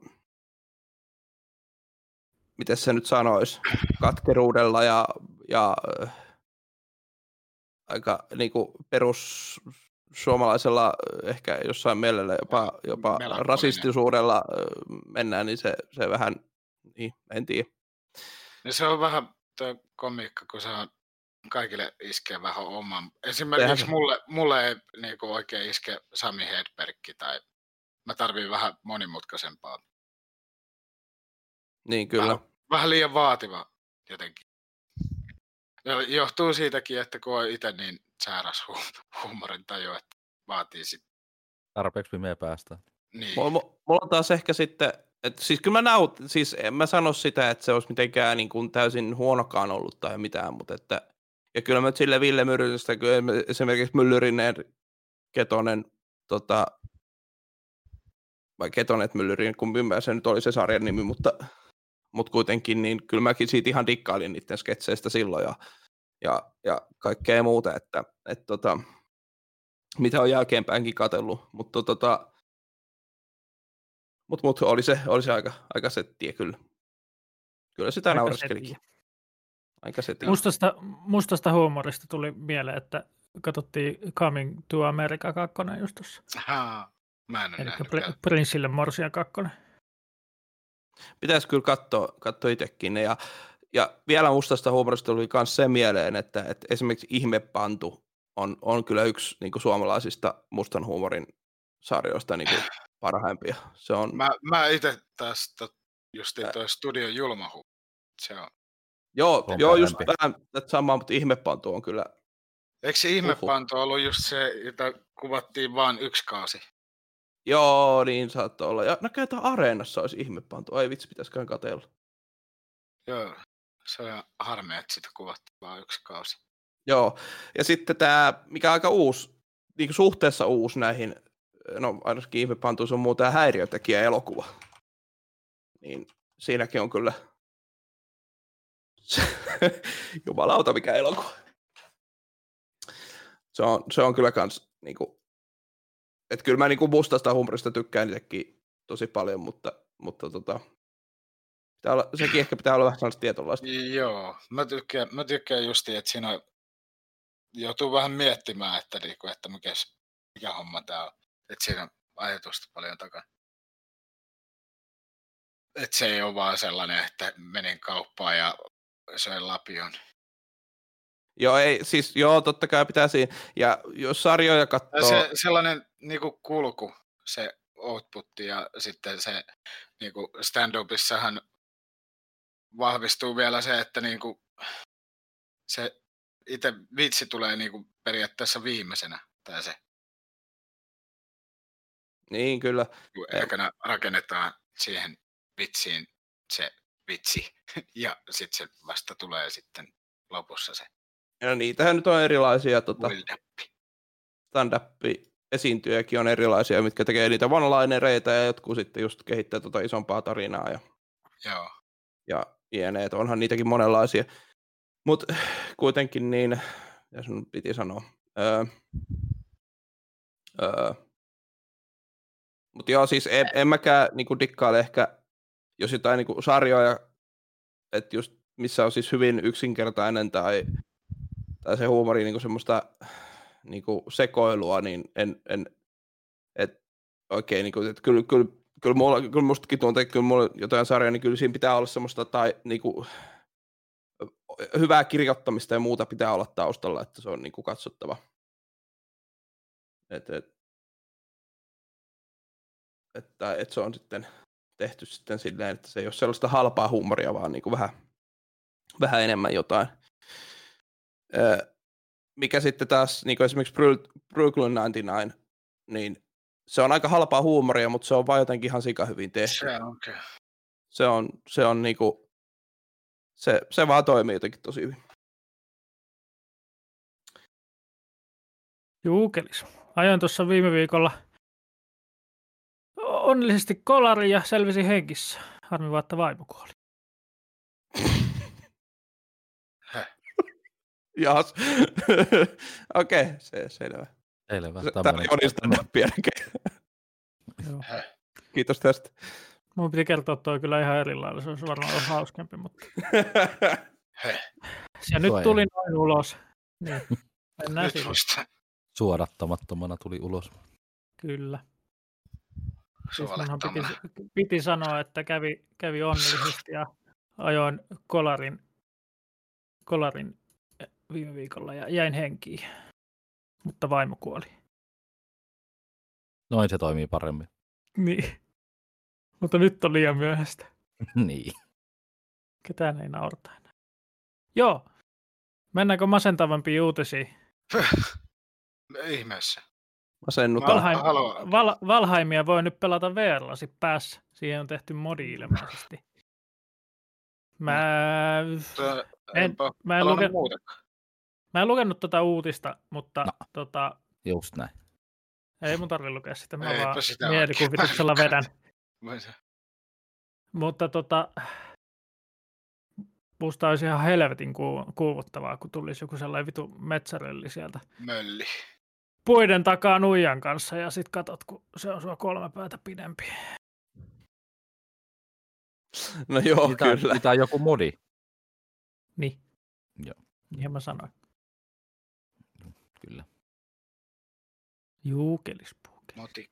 [SPEAKER 4] miten se nyt sanoisi, katkeruudella ja, ja eh, aika niin kuin perus suomalaisella eh, ehkä jossain mielellä jopa, jopa
[SPEAKER 5] Melankkolinen.
[SPEAKER 4] rasistisuudella eh, mennään, niin se, se vähän, niin, en tiedä.
[SPEAKER 5] Niin se on vähän tämä komiikka, kun se on kaikille iskee vähän oman.
[SPEAKER 4] Eihän
[SPEAKER 5] Esimerkiksi
[SPEAKER 4] se-
[SPEAKER 5] mulle, mulle ei niinku oikein iske Sami Hedberg tai mä tarviin vähän monimutkaisempaa.
[SPEAKER 4] Niin kyllä.
[SPEAKER 5] Vähän, vähän liian vaativa jotenkin. Ja johtuu siitäkin, että kun on itse niin sääräs hu- huumorin taju, että vaatii sit,
[SPEAKER 3] Tarpeeksi pimeä päästä.
[SPEAKER 5] niin.
[SPEAKER 4] Mulla, mu- mulla on taas ehkä sitten, että siis kyllä mä naut, siis en mä sano sitä, että se olisi mitenkään niin kuin täysin huonokaan ollut tai mitään, mutta että, ja kyllä mä nyt sille Ville Myrysestä, kyllä em- esimerkiksi Myllyrinen, Ketonen, tota, vai Ketonet Myllyrin, kumpi mä se nyt oli se sarjan nimi, mutta, mutta kuitenkin, niin kyllä mäkin siitä ihan dikkailin niiden sketseistä silloin ja, ja, ja kaikkea muuta, että, että tota, mitä on jälkeenpäinkin katsellut, mutta tota, Mut, mut oli se, oli se aika, aika settiä kyllä. Kyllä sitä
[SPEAKER 2] Aika
[SPEAKER 4] naureskelikin.
[SPEAKER 2] settiä.
[SPEAKER 4] Aika settiä. Must...
[SPEAKER 2] Mustasta, mustasta huumorista tuli mieleen, että katsottiin Coming to America 2 just tuossa.
[SPEAKER 5] Haa, mä en ole
[SPEAKER 2] Eli
[SPEAKER 5] nähnytkään.
[SPEAKER 2] Prinssille Morsia 2.
[SPEAKER 4] Pitäisi kyllä katsoa, katsoa itsekin ne. Ja, ja vielä mustasta huumorista tuli myös se mieleen, että, että esimerkiksi Ihmepantu on, on kyllä yksi niin suomalaisista mustan huumorin sarjoista niin parhaimpia. Se on,
[SPEAKER 5] Mä, mä itse taas to, justiin
[SPEAKER 4] Ä-
[SPEAKER 5] toi studio julmahu. Se on.
[SPEAKER 4] joo,
[SPEAKER 3] on
[SPEAKER 4] joo just
[SPEAKER 3] parempi.
[SPEAKER 4] vähän tätä samaa, mutta Ihmepantu on kyllä,
[SPEAKER 5] Eikö se ihmepanto ollut just se, jota kuvattiin vain yksi kausi?
[SPEAKER 4] joo niin saattoi olla. Ja näköjään tää Areenassa olisi Ihmepantu. Ai vitsi, pitäisiköhän katella.
[SPEAKER 5] Joo. Se on harmi, että sitä kuvattiin vain yksi kausi.
[SPEAKER 4] Joo, ja sitten tämä, mikä on aika uusi, niin suhteessa uusi näihin, no ainakin ihme pantuus on muuta häiriötekijä elokuva. Niin siinäkin on kyllä, jumalauta mikä elokuva. Se on, se on kyllä kans, niinku, että kyllä mä niinku mustasta humorista tykkään itsekin tosi paljon, mutta, mutta tota, pitää olla, sekin ehkä pitää olla vähän sellaista tietynlaista.
[SPEAKER 5] Joo. Mä tykkään, mä tykkään justiin, että siinä on, joutuu vähän miettimään, että, niinku, että mikäs, mikä homma tää on. Että siinä on ajatusta paljon takana. Että se ei ole vaan sellainen, että menin kauppaan ja söin lapion.
[SPEAKER 4] Joo, ei, siis joo, totta kai pitää siinä. Ja jos sarjoja
[SPEAKER 5] No.
[SPEAKER 4] katsoo,
[SPEAKER 5] Se, sellainen niinku kulku, se outputti ja sitten se niinku stand-upissahan vahvistuu vielä se, että niinku, se itse vitsi tulee niinku periaatteessa viimeisenä tai se
[SPEAKER 4] niin kyllä.
[SPEAKER 5] kun
[SPEAKER 4] Joo.
[SPEAKER 5] ekana rakennetaan siihen vitsiin se vitsi ja sitten se vasta tulee sitten lopussa se
[SPEAKER 4] Ja niitähän nyt on erilaisia, tota,
[SPEAKER 5] build up.
[SPEAKER 4] stand-up esiintyjäkin on erilaisia, mitkä tekee niitä one-linereita ja jotkut sitten just kehittää tota isompaa tarinaa ja,
[SPEAKER 5] Joo.
[SPEAKER 4] ja jne. että Onhan niitäkin monenlaisia. Mutta kuitenkin niin, ja sun piti sanoa. Öö, öö, Mutta joo, siis en, en mäkään niinku dikkaile ehkä, jos jotain niinku sarjoja, että just missä on siis hyvin yksinkertainen tai, tai se huumori niinku semmoista niinku sekoilua, niin en, en et oikein niinku, et kyllä, kyllä, kyllä, mulla, kyllä mustakin tuntuu, että kyllä mulla jotain sarjaa, niin kyllä siinä pitää olla semmoista tai niinku, hyvää kirjoittamista ja muuta pitää olla taustalla, että se on niinku katsottava. Et, et, että, että se on sitten tehty sitten silleen, että se ei ole sellaista halpaa huumoria, vaan niin kuin vähän, vähän enemmän jotain. Öö, mikä sitten taas, niin kuin esimerkiksi Bryl- Brooklyn 99, niin se on aika halpaa huumoria, mutta se on vaan jotenkin ihan sika hyvin tehty.
[SPEAKER 5] Se on kyllä.
[SPEAKER 4] Se on, se on niinku, se, se vaan toimii jotenkin tosi hyvin.
[SPEAKER 2] Juukelis. Ajoin tuossa viime viikolla onnellisesti kolari ja selvisin henkissä. Harmi vaan, että vaimo kuoli.
[SPEAKER 4] Jaas. Okei, okay, se selvä.
[SPEAKER 3] Selvä.
[SPEAKER 4] Se- Tämä
[SPEAKER 3] tämmönen.
[SPEAKER 4] oli stand-upia näkee.
[SPEAKER 2] Joo.
[SPEAKER 4] Kiitos tästä.
[SPEAKER 2] Mun piti kertoa toi kyllä ihan eri lailla, se olisi varmaan ollut hauskempi, mutta se nyt
[SPEAKER 3] Tuo ei
[SPEAKER 2] tuli
[SPEAKER 3] ole.
[SPEAKER 2] noin ulos. Niin. Mennään
[SPEAKER 5] Nyt
[SPEAKER 2] sillä.
[SPEAKER 5] vasta
[SPEAKER 3] Suodattamattomana tuli ulos.
[SPEAKER 2] Kyllä. Siis munhan piti,
[SPEAKER 5] suolettamana.
[SPEAKER 2] piti sanoa, että kävi, kävi onnellisesti ja ajoin kolarin, kolarin eh, viime viikolla ja jäin henkiin. Mutta vaimo kuoli.
[SPEAKER 3] Noin se toimii paremmin.
[SPEAKER 2] Niin. Mutta nyt on liian myöhäistä.
[SPEAKER 3] niin.
[SPEAKER 2] Ketään ei naurata enää. Joo. Mennäänkö masentavampiin uutisiin?
[SPEAKER 5] Ihmeessä.
[SPEAKER 4] Masennutaan.
[SPEAKER 5] Valha-
[SPEAKER 2] Valheim,
[SPEAKER 5] haluan-
[SPEAKER 2] val, Valheimia voi nyt pelata VR-lasi päässä. Siihen on tehty modi ilmeisesti. Mä,
[SPEAKER 5] Tö,
[SPEAKER 2] En-
[SPEAKER 5] Enpä en,
[SPEAKER 2] mä, en
[SPEAKER 5] pelannut
[SPEAKER 2] luke,
[SPEAKER 5] muutakaan.
[SPEAKER 2] mä en lukenut tätä uutista, mutta no. tota,
[SPEAKER 3] Just näin.
[SPEAKER 2] ei mun tarvi lukea sitä. Mä
[SPEAKER 5] Eipä
[SPEAKER 2] vaan
[SPEAKER 5] sitä oikein
[SPEAKER 2] mielikuvituksella vedän.
[SPEAKER 5] Mä se-
[SPEAKER 2] Mutta tota, musta olisi ihan helvetin kuuv- kuuvuttavaa, kun tulisi joku sellainen vitu metsärölli sieltä
[SPEAKER 5] Mölli.
[SPEAKER 2] puiden takaa nuijan kanssa ja sit katot, kun se on sua kolme päätä pidempi.
[SPEAKER 4] No joo,
[SPEAKER 3] Mitä-
[SPEAKER 4] kyllä.
[SPEAKER 3] mitä joku modi.
[SPEAKER 2] Niin.
[SPEAKER 3] Joo.
[SPEAKER 2] Niinhän mä sanoin.
[SPEAKER 3] Kyllä.
[SPEAKER 2] Juu, kelispuu.
[SPEAKER 5] Moti.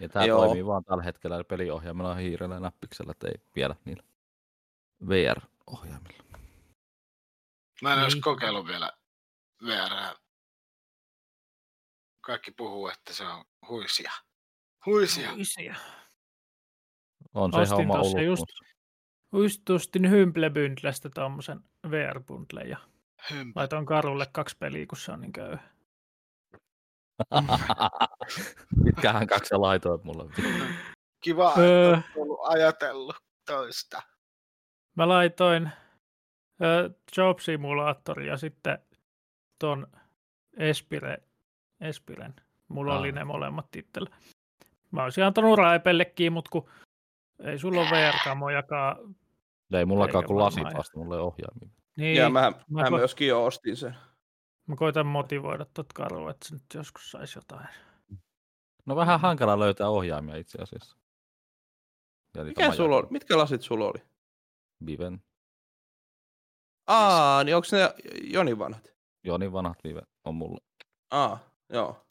[SPEAKER 3] Ja tämä
[SPEAKER 4] Joo.
[SPEAKER 3] toimii vaan tällä hetkellä peliohjaimella hiirellä ja näppiksellä, että ei vielä niillä VR-ohjaimilla.
[SPEAKER 5] Mä en olisi
[SPEAKER 2] Niin.
[SPEAKER 5] kokeillut vielä VR. Kaikki puhuu, että se on huisia. Huisia.
[SPEAKER 2] Isiä.
[SPEAKER 3] On se ihan
[SPEAKER 2] Ostin
[SPEAKER 3] oma
[SPEAKER 2] tuossa
[SPEAKER 3] ollut.
[SPEAKER 2] just, just ostin Hymple-bundlestä tuommoisen VR-bundle ja
[SPEAKER 5] Hymp.
[SPEAKER 2] laitoin Karulle kaksi peliä, kun se on niin köyhä.
[SPEAKER 3] Mitkähän kaksi laitoit mulle.
[SPEAKER 5] Kiva,
[SPEAKER 2] Öö.
[SPEAKER 5] että on tullut ajatellut toista.
[SPEAKER 2] Mä laitoin ö, Job Simulatorin ja sitten ton Espire, Espiren. Mulla
[SPEAKER 3] Aa.
[SPEAKER 2] oli ne molemmat itsellä. Mä olisin antanut Raipellekin, mutta kun ei sulla ole VR-kamojakaan.
[SPEAKER 3] Ei mullakaan
[SPEAKER 2] Eikä
[SPEAKER 3] kuin
[SPEAKER 2] varmaan
[SPEAKER 3] lasit
[SPEAKER 2] ihan.
[SPEAKER 3] vasta, mulla ei ohjaimia.
[SPEAKER 2] Niin,
[SPEAKER 4] Ja mä,
[SPEAKER 2] mä
[SPEAKER 4] mä
[SPEAKER 2] ko-
[SPEAKER 4] myöskin jo ostin sen.
[SPEAKER 2] Mä koitan motivoida tot Karu, että se nyt joskus saisi jotain.
[SPEAKER 3] No vähän hankala löytää ohjaimia itse asiassa. Ja niitä
[SPEAKER 4] Mikä
[SPEAKER 3] majoja.
[SPEAKER 4] sulla oli? Mitkä lasit sulla oli?
[SPEAKER 3] Viven.
[SPEAKER 4] Aa, niin onko ne Jonin vanhat?
[SPEAKER 3] Joo, niin vanhat vive on mulla.
[SPEAKER 4] Aa, joo.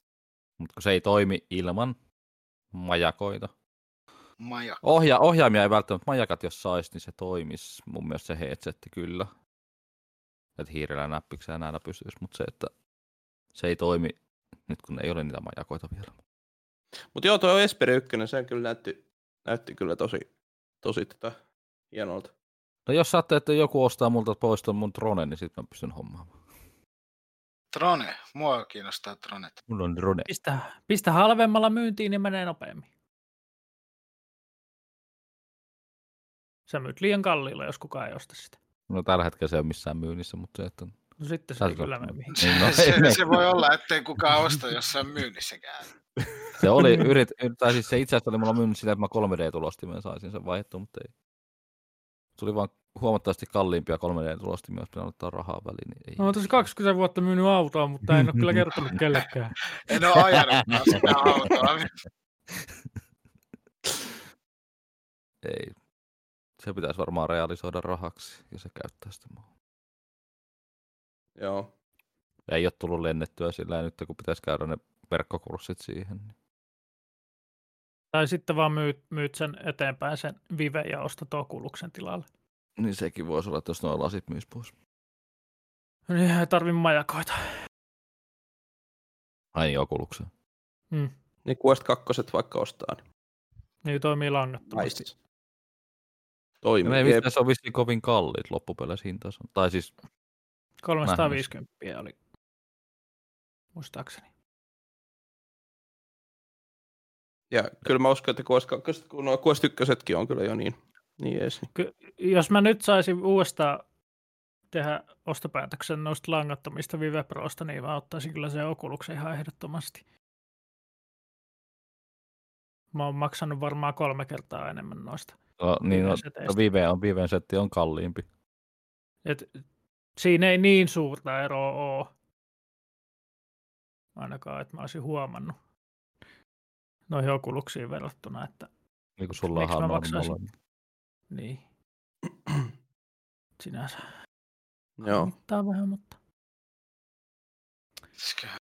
[SPEAKER 3] Mutta kun se ei toimi ilman majakoita.
[SPEAKER 5] Maja.
[SPEAKER 3] Ohja, ohjaimia ei välttämättä, majakat jos sais, niin se toimis. Mun mielestä se headsetti kyllä. Että hiirellä näppiksellä näillä pysyisi, mutta se, että se ei toimi nyt kun ei ole niitä majakoita vielä.
[SPEAKER 4] Mutta joo, toi Esperi 1, se kyllä näytti, näytti kyllä tosi, tosi tota, hienolta.
[SPEAKER 3] No jos saatte, että joku ostaa multa pois ton mun drone, niin sit mä pystyn hommaamaan.
[SPEAKER 5] Trone. Mua kiinnostaa Tronet.
[SPEAKER 3] Mulla on drone.
[SPEAKER 2] Pistä, pistä halvemmalla myyntiin, niin menee nopeammin. Sä myyt liian kalliilla, jos kukaan ei osta sitä.
[SPEAKER 3] No tällä hetkellä se ei ole missään myynnissä, mutta se, että...
[SPEAKER 2] No sitten se ei
[SPEAKER 3] Saatko-
[SPEAKER 2] kyllä mene mihinkään.
[SPEAKER 5] Se,
[SPEAKER 3] No,
[SPEAKER 5] se, se voi olla, ettei kukaan osta jossain myynnissäkään.
[SPEAKER 3] Se oli, yrit, tai siis se itse asiassa oli mulla myynnissä sitä, että mä 3D-tulostimen saisin sen vaihdettua, mutta ei. Tuli vaan huomattavasti kalliimpia 3D-tulostimia, jos pitää ottaa rahaa väliin. Niin ei.
[SPEAKER 2] Mä oon tässä 20 vuotta myynyt autoa, mutta en ole kyllä kertonut kellekään.
[SPEAKER 5] En ole ajanutkaan sitä autoa.
[SPEAKER 3] ei. Se pitäisi varmaan realisoida rahaksi, ja se käyttää sitä muuhun.
[SPEAKER 4] Joo.
[SPEAKER 3] Ei ole tullut lennettyä sillä ja nyt, kun pitäisi käydä ne verkkokurssit siihen. Niin.
[SPEAKER 2] Tai sitten vaan myyt, myyt sen eteenpäin sen Vive ja ostat Oculuksen tilalle.
[SPEAKER 3] niin sekin voisi olla, että jos nuo lasit myis pois.
[SPEAKER 2] No niin, ei tarvi majakoita.
[SPEAKER 3] Ai niin, okuluksen.
[SPEAKER 2] Mm.
[SPEAKER 4] Niin Quest 2 vaikka ostaa, niin
[SPEAKER 2] Niin toimii langattomasti.
[SPEAKER 4] nice. Toimii.
[SPEAKER 3] Ne ei
[SPEAKER 4] Jep.
[SPEAKER 3] mitään, se on vissiin kovin kalliit loppupeleissä hintansa. Tai siis,
[SPEAKER 2] 350 oli, muistaakseni.
[SPEAKER 4] Ja kyllä mä uskon, että Quest 2, kun no Quest 1 on kyllä jo niin, niin ees. Niin.
[SPEAKER 2] Jos mä nyt saisin uudestaan tehdä ostopäätöksen noista langattomista Vive Prosta, niin mä ottaisin kyllä sen Oculus'en ihan ehdottomasti. Mä oon maksanut varmaan kolme kertaa enemmän noista.
[SPEAKER 3] no, niin no,
[SPEAKER 2] Viven seteistä.
[SPEAKER 3] no Vive on, Viven setti on kalliimpi.
[SPEAKER 2] Et Siinä ei niin suurta eroa ole. Ainakaan, että mä olisin huomannut noihin okuluksiin verrattuna, että
[SPEAKER 3] Niin kuin sulla on
[SPEAKER 2] Miksi mä
[SPEAKER 3] ihan
[SPEAKER 2] maksaisin?
[SPEAKER 3] normaali.
[SPEAKER 2] niin. Sinänsä.
[SPEAKER 4] Joo.
[SPEAKER 2] Harmittaa vähän, mutta
[SPEAKER 5] Isköhän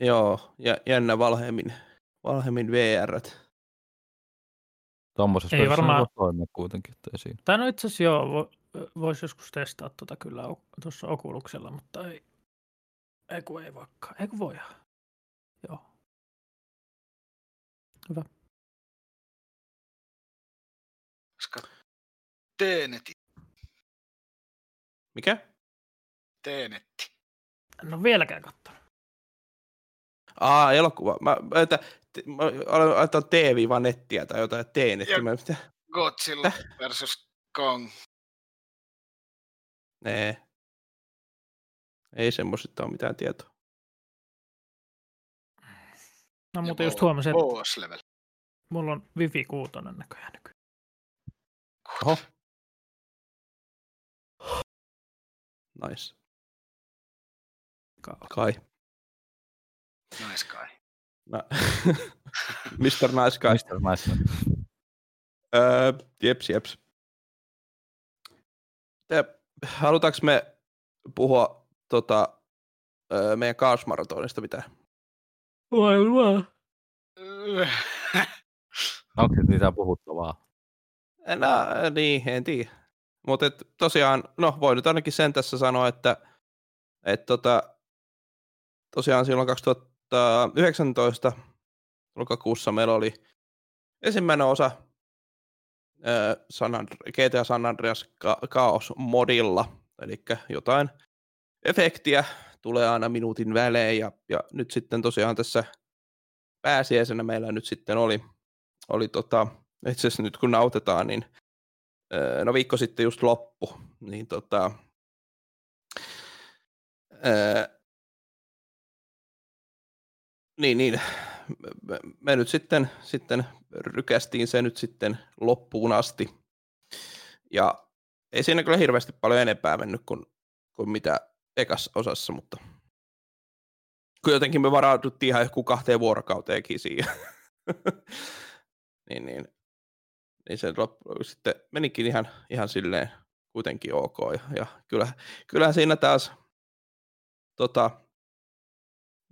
[SPEAKER 4] Joo, ja jännä Valhemin, Valhemin VR.
[SPEAKER 3] Tuommoisessa
[SPEAKER 2] Ei
[SPEAKER 3] pelissä ne
[SPEAKER 2] varmaan-
[SPEAKER 3] voi toimia kuitenkin, että ei siinä.
[SPEAKER 2] Tai no itse asiassa joo, vo, voisi joskus testaa tuota kyllä o- tuossa okuluksella, mutta ei. Ei kun ei vaikka. Ei kun voidaan. Joo.
[SPEAKER 5] koska teenetti,
[SPEAKER 4] Mikä?
[SPEAKER 5] teenetti.
[SPEAKER 2] En ole vieläkään kattonut.
[SPEAKER 4] Aa, elokuva. Mä, mä, että, te- mä aloin ajatella TV vaan nettiä tai jotain teenettiä.
[SPEAKER 5] Jep.
[SPEAKER 4] E Mä, mitä?
[SPEAKER 5] Godzilla versus Kong.
[SPEAKER 4] Nee. Ei semmoisesta ole mitään tietoa.
[SPEAKER 2] No
[SPEAKER 5] ja
[SPEAKER 2] muuten No, just
[SPEAKER 5] Bo-
[SPEAKER 2] huomasin, että
[SPEAKER 5] Boss level.
[SPEAKER 2] mulla on Wifi 6 näköjään nykyään.
[SPEAKER 4] Oho. Nice.
[SPEAKER 2] Kauan.
[SPEAKER 4] Kai.
[SPEAKER 5] Nice guy.
[SPEAKER 4] No. Mr. Nice Guy.
[SPEAKER 3] Mistä mä sen-
[SPEAKER 4] Öö, jeps, jeps. Te, halutaanko me puhua tota, öö, meidän kaasmaratonista mitään?
[SPEAKER 2] Voi luo.
[SPEAKER 3] Onko No nyt mitään puhuttavaa?
[SPEAKER 4] No niin, en tiedä. Mutta tosiaan, no voi nyt ainakin sen tässä sanoa, että et, tota, tosiaan silloin 2019 lokakuussa meillä oli ensimmäinen osa ö, San Andr- GTA San Andreas Ka- Chaos modilla, eli jotain efektiä tulee aina minuutin välein, ja, ja nyt sitten tosiaan tässä pääsiäisenä meillä nyt sitten oli, oli tota, itse asiassa nyt kun nautetaan, niin öö, no viikko sitten just loppu, niin tota, öö, niin, niin, me, me nyt sitten, sitten rykästiin se nyt sitten loppuun asti. Ja ei siinä kyllä hirveästi paljon enempää mennyt kuin, kuin mitä ekas osassa, mutta kyllä jotenkin me varauduttiin ihan joku kahteen vuorokauteenkin siihen. niin, niin niin se loppu, sitten menikin ihan, ihan silleen kuitenkin ok. Ja, ja kyllä, kyllähän siinä taas tota,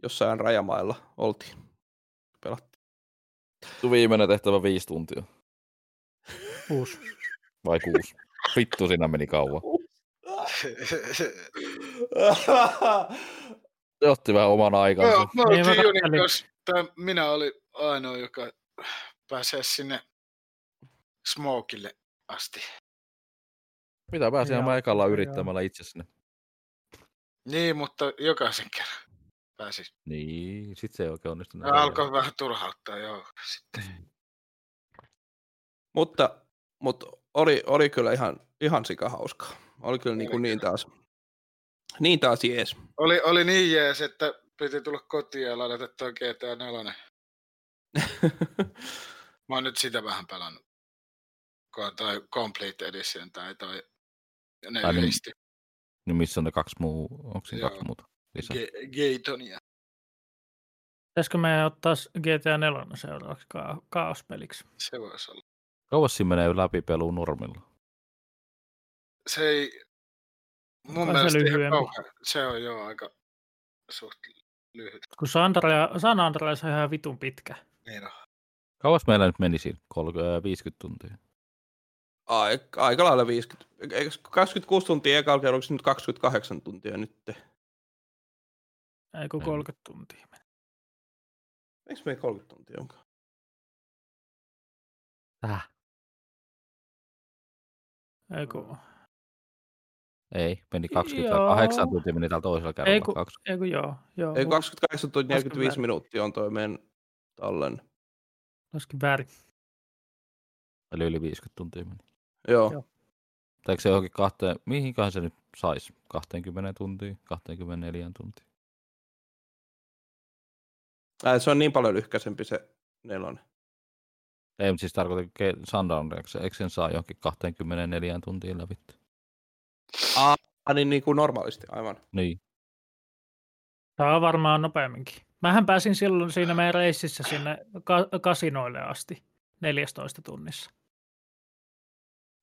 [SPEAKER 4] jossain rajamailla oltiin. Pelattiin.
[SPEAKER 6] Vittu viimeinen tehtävä viisi tuntia.
[SPEAKER 2] Kuusi.
[SPEAKER 6] Vai kuusi. Vittu, siinä meni kauan. Se otti vähän oman aikansa.
[SPEAKER 5] Mä
[SPEAKER 2] Niin, mä
[SPEAKER 5] oltiin
[SPEAKER 2] katselin.
[SPEAKER 5] Unicorns, tai minä olin ainoa, joka pääsee sinne Smokille asti.
[SPEAKER 6] Mitä pääsin
[SPEAKER 2] Joo,
[SPEAKER 6] mä ekalla
[SPEAKER 2] joo.
[SPEAKER 6] yrittämällä itse sinne.
[SPEAKER 5] Niin, mutta jokaisen kerran pääsi.
[SPEAKER 3] Niin, sit se ei oikein onnistunut.
[SPEAKER 5] Mä alkoi vähän turhauttaa, joo.
[SPEAKER 4] mutta, mutta oli, oli kyllä ihan, ihan sikahauskaa. Oli kyllä niin, kuin niin taas. Niin taas jees.
[SPEAKER 5] Oli, oli niin jees, että piti tulla kotiin ja ladata tuo GTA 4. Mä oon nyt sitä vähän pelannut. Kun on toi Complete Edition tai toi ja ne
[SPEAKER 3] Ai niin.
[SPEAKER 5] yleisti
[SPEAKER 3] No missä on ne kaksi muu, onko siinä
[SPEAKER 5] Joo.
[SPEAKER 3] kaksi muuta? Lisää.
[SPEAKER 5] Ge- Gatonia.
[SPEAKER 2] Pitäisikö meidän ottaa s- GTA 4 seuraavaksi ka- kaospeliksi?
[SPEAKER 5] Se voisi olla.
[SPEAKER 3] Kauas siinä menee läpi peluun nurmilla.
[SPEAKER 5] Se ei... Mun
[SPEAKER 2] Kai se
[SPEAKER 5] mielestä ihan
[SPEAKER 2] lyhyempi.
[SPEAKER 5] kauhean. Se on jo aika suht lyhyt.
[SPEAKER 2] Kun San Andreas, San Andreas on ihan vitun pitkä.
[SPEAKER 5] Niin on.
[SPEAKER 3] Kauas meillä nyt menisi 30, ää, 50 äh, tuntia.
[SPEAKER 4] Aika, aika lailla 50. eikös 26 tuntia ekalla kerralla, onko se nyt 28 tuntia nyt?
[SPEAKER 2] Ei kun
[SPEAKER 3] Mm.
[SPEAKER 2] 30 tuntia. meni.
[SPEAKER 4] Eikö me 30 tuntia onkaan?
[SPEAKER 3] Täh.
[SPEAKER 2] Ei kun,
[SPEAKER 3] Mm. Ei, meni 28
[SPEAKER 2] Joo.
[SPEAKER 3] tuntia, meni täällä toisella
[SPEAKER 2] Ei
[SPEAKER 3] kerralla.
[SPEAKER 2] kun-
[SPEAKER 3] Kaksi.
[SPEAKER 2] ei kun joo. joo
[SPEAKER 4] Ei
[SPEAKER 2] mu-
[SPEAKER 4] 28 tuntia
[SPEAKER 2] Lasken
[SPEAKER 4] 45
[SPEAKER 2] väärin.
[SPEAKER 4] minuuttia on toi meidän tallen.
[SPEAKER 2] Laskin väärin.
[SPEAKER 3] Eli yli 50 tuntia meni.
[SPEAKER 4] Joo.
[SPEAKER 2] Joo.
[SPEAKER 3] Tai eikö se johonkin kahteen, mihinköhän se nyt saisi? 20 tuntia, 24 tuntia.
[SPEAKER 4] Äh, se on niin paljon lyhkäsempi se nelonen.
[SPEAKER 3] Ei, mutta siis tarkoitan ke- Sundowneria, kun se- eikö sen saa johonkin 24 tuntiin läpi.
[SPEAKER 4] Ah, niin, niin kuin normaalisti, aivan.
[SPEAKER 3] Niin.
[SPEAKER 2] Saa varmaan nopeamminkin. Mähän pääsin silloin siinä meidän reississä sinne ka- kasinoille asti 14 tunnissa.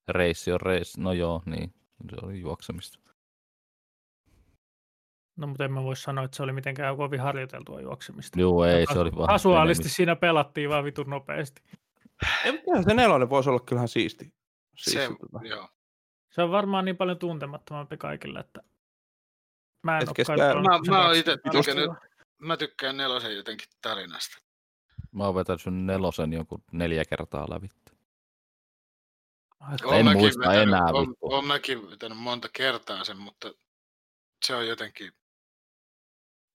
[SPEAKER 3] Reissi on reissi. No joo, niin. Se oli juoksemista.
[SPEAKER 2] No mutta en mä voi sanoa, että se oli mitenkään kovin harjoiteltua juoksemista.
[SPEAKER 3] Joo, ei,
[SPEAKER 2] Kas-
[SPEAKER 3] se oli vaan...
[SPEAKER 2] Kasuaalisti
[SPEAKER 3] menemistä.
[SPEAKER 2] siinä pelattiin vaan vitun nopeasti.
[SPEAKER 4] Ja se nelonen voisi olla kyllähän siisti.
[SPEAKER 5] Se,
[SPEAKER 4] siisti tota.
[SPEAKER 5] joo.
[SPEAKER 2] Se on varmaan niin paljon tuntemattomampi kaikille, että mä en
[SPEAKER 4] Et
[SPEAKER 2] ole
[SPEAKER 4] kestä-
[SPEAKER 2] katsonut
[SPEAKER 5] Mä-
[SPEAKER 2] sen
[SPEAKER 5] mä oon
[SPEAKER 2] kaksin-
[SPEAKER 5] ite
[SPEAKER 2] kaksin-
[SPEAKER 5] tykännyt. Mä tykkään nelosen jotenkin tarinasta.
[SPEAKER 3] Mä oon vetänyt sun nelosen jonkun neljä kertaa läpi.
[SPEAKER 2] Ai,
[SPEAKER 5] Oon
[SPEAKER 3] en
[SPEAKER 5] mäkin
[SPEAKER 3] muista
[SPEAKER 5] vetänyt-
[SPEAKER 3] enää
[SPEAKER 5] Oon,
[SPEAKER 3] vittua.
[SPEAKER 5] oon mäkin vetänyt monta kertaa sen, mutta se on jotenkin...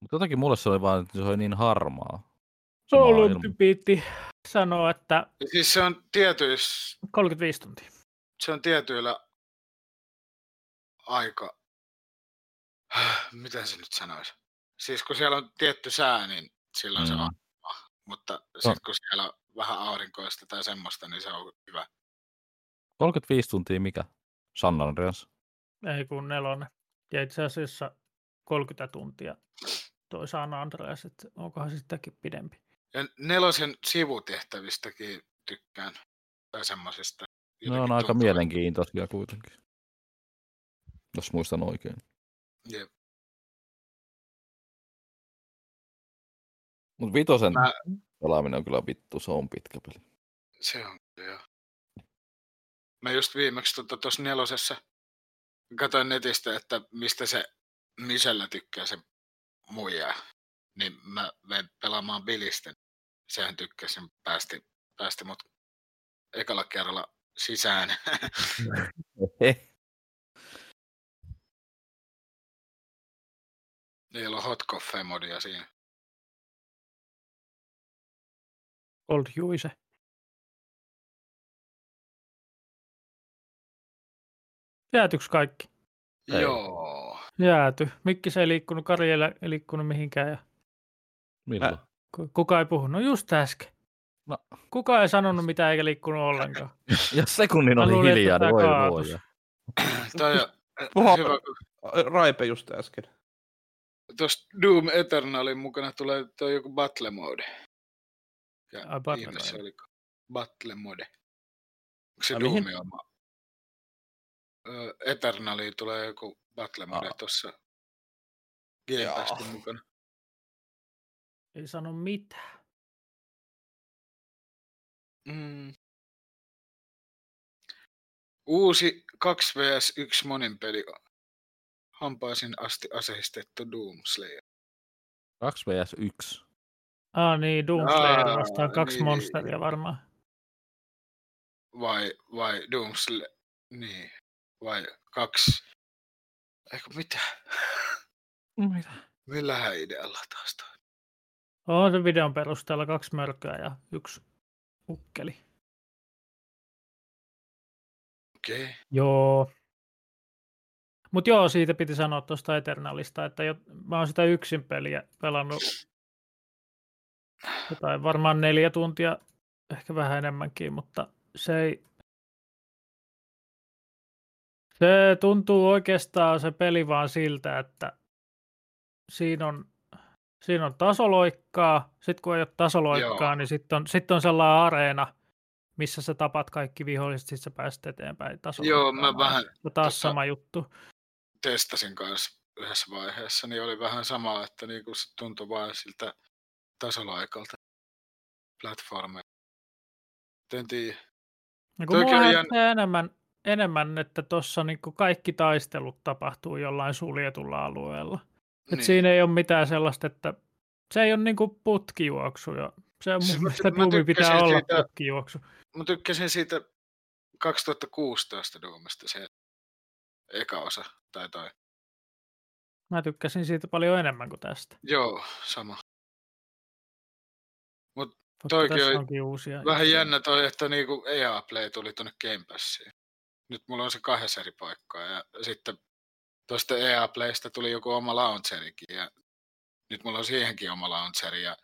[SPEAKER 3] Mutta jotenkin mulle se oli vaan, että se oli niin harmaa. se
[SPEAKER 2] Soulun
[SPEAKER 3] maailma.
[SPEAKER 2] typiitti sanoo, että
[SPEAKER 5] Ja Siis se on, tietyis,
[SPEAKER 2] 35 tuntia.
[SPEAKER 5] se on tietyillä aika... Miten se nyt sanoisi? Siis kun siellä on tietty sää, niin silloin se
[SPEAKER 3] Mm. No.
[SPEAKER 5] on. Mutta sitten kun siellä on vähän aurinkoista tai semmoista, niin se on hyvä.
[SPEAKER 3] 35 tuntia mikä? San Andreas.
[SPEAKER 2] Ei kun nelonen. Ja itse asiassa 30 tuntia toi San Andreas, että onkohan se sitäkin pidempi.
[SPEAKER 5] Ja nelosen sivutehtävistäkin tykkään. Tai semmoisista.
[SPEAKER 3] Ne on
[SPEAKER 5] jotenkin
[SPEAKER 3] aika
[SPEAKER 5] tuntuu, että-
[SPEAKER 3] mielenkiintoisia kuitenkin. Jos muistan oikein.
[SPEAKER 5] Jep.
[SPEAKER 6] Mut vitosen
[SPEAKER 5] Mä-
[SPEAKER 6] pelaaminen on kyllä vittu, se on pitkä peli.
[SPEAKER 5] Se on kyllä, joo. Mä just viimeksi tuossa tota, tossa nelosessa katsoin netistä, että mistä se Misellä tykkää se muijaa. Niin mä vein pelaamaan Billistä. Sehän tykkäsi, sen päästi, päästi mut ekalla kerralla sisään. Niillä on hot coffee modia siinä.
[SPEAKER 2] Old Juise. Jäätyks kaikki?
[SPEAKER 6] Ei.
[SPEAKER 5] Joo.
[SPEAKER 2] Jääty. Mikki se ei liikkunut, Kari ei lä- ei liikkunut mihinkään ja
[SPEAKER 3] Milloin?
[SPEAKER 4] Mä-
[SPEAKER 2] ku- kuka ei puhunut. No just äsken.
[SPEAKER 3] No.
[SPEAKER 2] Kuka ei sanonut mitään eikä liikkunut ollenkaan.
[SPEAKER 3] Jos sekunnin
[SPEAKER 2] Mä
[SPEAKER 3] oli
[SPEAKER 2] luulin, että
[SPEAKER 3] hiljaa,
[SPEAKER 2] tää
[SPEAKER 3] niin voi
[SPEAKER 2] kaatus.
[SPEAKER 3] luoja.
[SPEAKER 5] Toi on äh,
[SPEAKER 4] Puha-
[SPEAKER 5] hyvä, kun
[SPEAKER 4] Raipe just äsken.
[SPEAKER 5] tuossa Doom Eternalin mukana tulee toi joku Battle Mode. Ja
[SPEAKER 2] Ai, Battle
[SPEAKER 5] viimeksi se
[SPEAKER 2] Mode.
[SPEAKER 5] oli Battle Mode. Onko se
[SPEAKER 6] Ai,
[SPEAKER 5] Doomi
[SPEAKER 6] mihin-
[SPEAKER 5] oma? Ö, Eternaliin tulee joku Battle Mode
[SPEAKER 2] Ah.
[SPEAKER 6] Aa.
[SPEAKER 5] tuossa Game
[SPEAKER 6] Jaa.
[SPEAKER 5] Passin mukana.
[SPEAKER 2] Ei sano mitään.
[SPEAKER 5] Mm. Uusi 2 vs 1 monin peli. Hampaisin asti aseistettu Doom Slayer.
[SPEAKER 3] 2 vs 1.
[SPEAKER 2] Ah niin, Doomslayer
[SPEAKER 5] Aa,
[SPEAKER 2] vastaan kaksi
[SPEAKER 5] niin.
[SPEAKER 2] monsteria varmaan.
[SPEAKER 5] Vai, vai Doom Slayer? Niin. Vai kaksi? Eikö mitä?
[SPEAKER 3] Mitä?
[SPEAKER 5] Millähän idealla taas toi?
[SPEAKER 2] On se videon perusteella kaksi mörköä ja yksi ukkeli.
[SPEAKER 5] Okei. Okay.
[SPEAKER 2] Joo. Mutta joo, siitä piti sanoa tuosta Eternalista, että jo, mä oon sitä yksin peliä pelannut jotain varmaan neljä tuntia, ehkä vähän enemmänkin, mutta se ei... Se tuntuu oikeastaan se peli vaan siltä, että siinä on, siinä on tasoloikkaa, sitten kun ei ole tasoloikkaa,
[SPEAKER 5] Joo.
[SPEAKER 2] niin sitten on, sit on sellainen areena, missä sä tapat kaikki viholliset, sit sä pääset eteenpäin tasolla.
[SPEAKER 5] Joo, mä vähän
[SPEAKER 2] Ja taas
[SPEAKER 5] tota-
[SPEAKER 2] sama juttu.
[SPEAKER 5] testasin kanssa yhdessä vaiheessa, niin oli vähän sama, että niinku se tuntui vain siltä tasolaikalta platformeja. En tiedä.
[SPEAKER 2] Ja kun
[SPEAKER 5] Toikin
[SPEAKER 2] mua
[SPEAKER 5] on
[SPEAKER 2] on
[SPEAKER 5] jännä.
[SPEAKER 2] enemmän, enemmän, että tuossa niin kaikki taistelut tapahtuu jollain suljetulla alueella. Et
[SPEAKER 5] Niin.
[SPEAKER 2] Siinä ei ole mitään sellaista, että se ei ole niin kuin putkijuoksu. Ja se on
[SPEAKER 5] Siis
[SPEAKER 2] mun
[SPEAKER 5] mä
[SPEAKER 2] mielestä
[SPEAKER 5] ty- mä
[SPEAKER 2] Doomi pitää
[SPEAKER 5] tykkäsin
[SPEAKER 2] olla
[SPEAKER 5] siitä-
[SPEAKER 2] putkijuoksu.
[SPEAKER 5] Mä tykkäsin siitä 2016 Doomista se eka osa tai toi.
[SPEAKER 2] Mä tykkäsin siitä paljon enemmän kuin tästä.
[SPEAKER 5] Joo, sama.
[SPEAKER 2] Vaikka
[SPEAKER 5] Toikin
[SPEAKER 2] tässä
[SPEAKER 5] oli
[SPEAKER 2] onkin uusia.
[SPEAKER 5] Vähän
[SPEAKER 2] juttuja.
[SPEAKER 5] jännä toi, että niinku EA Play tuli tonne Game Passiin. Nyt mulla on se kahdessa eri paikkaa ja sitten tuosta EA Playsta tuli joku oma launcherikin ja nyt mulla on siihenkin oma launcheri ja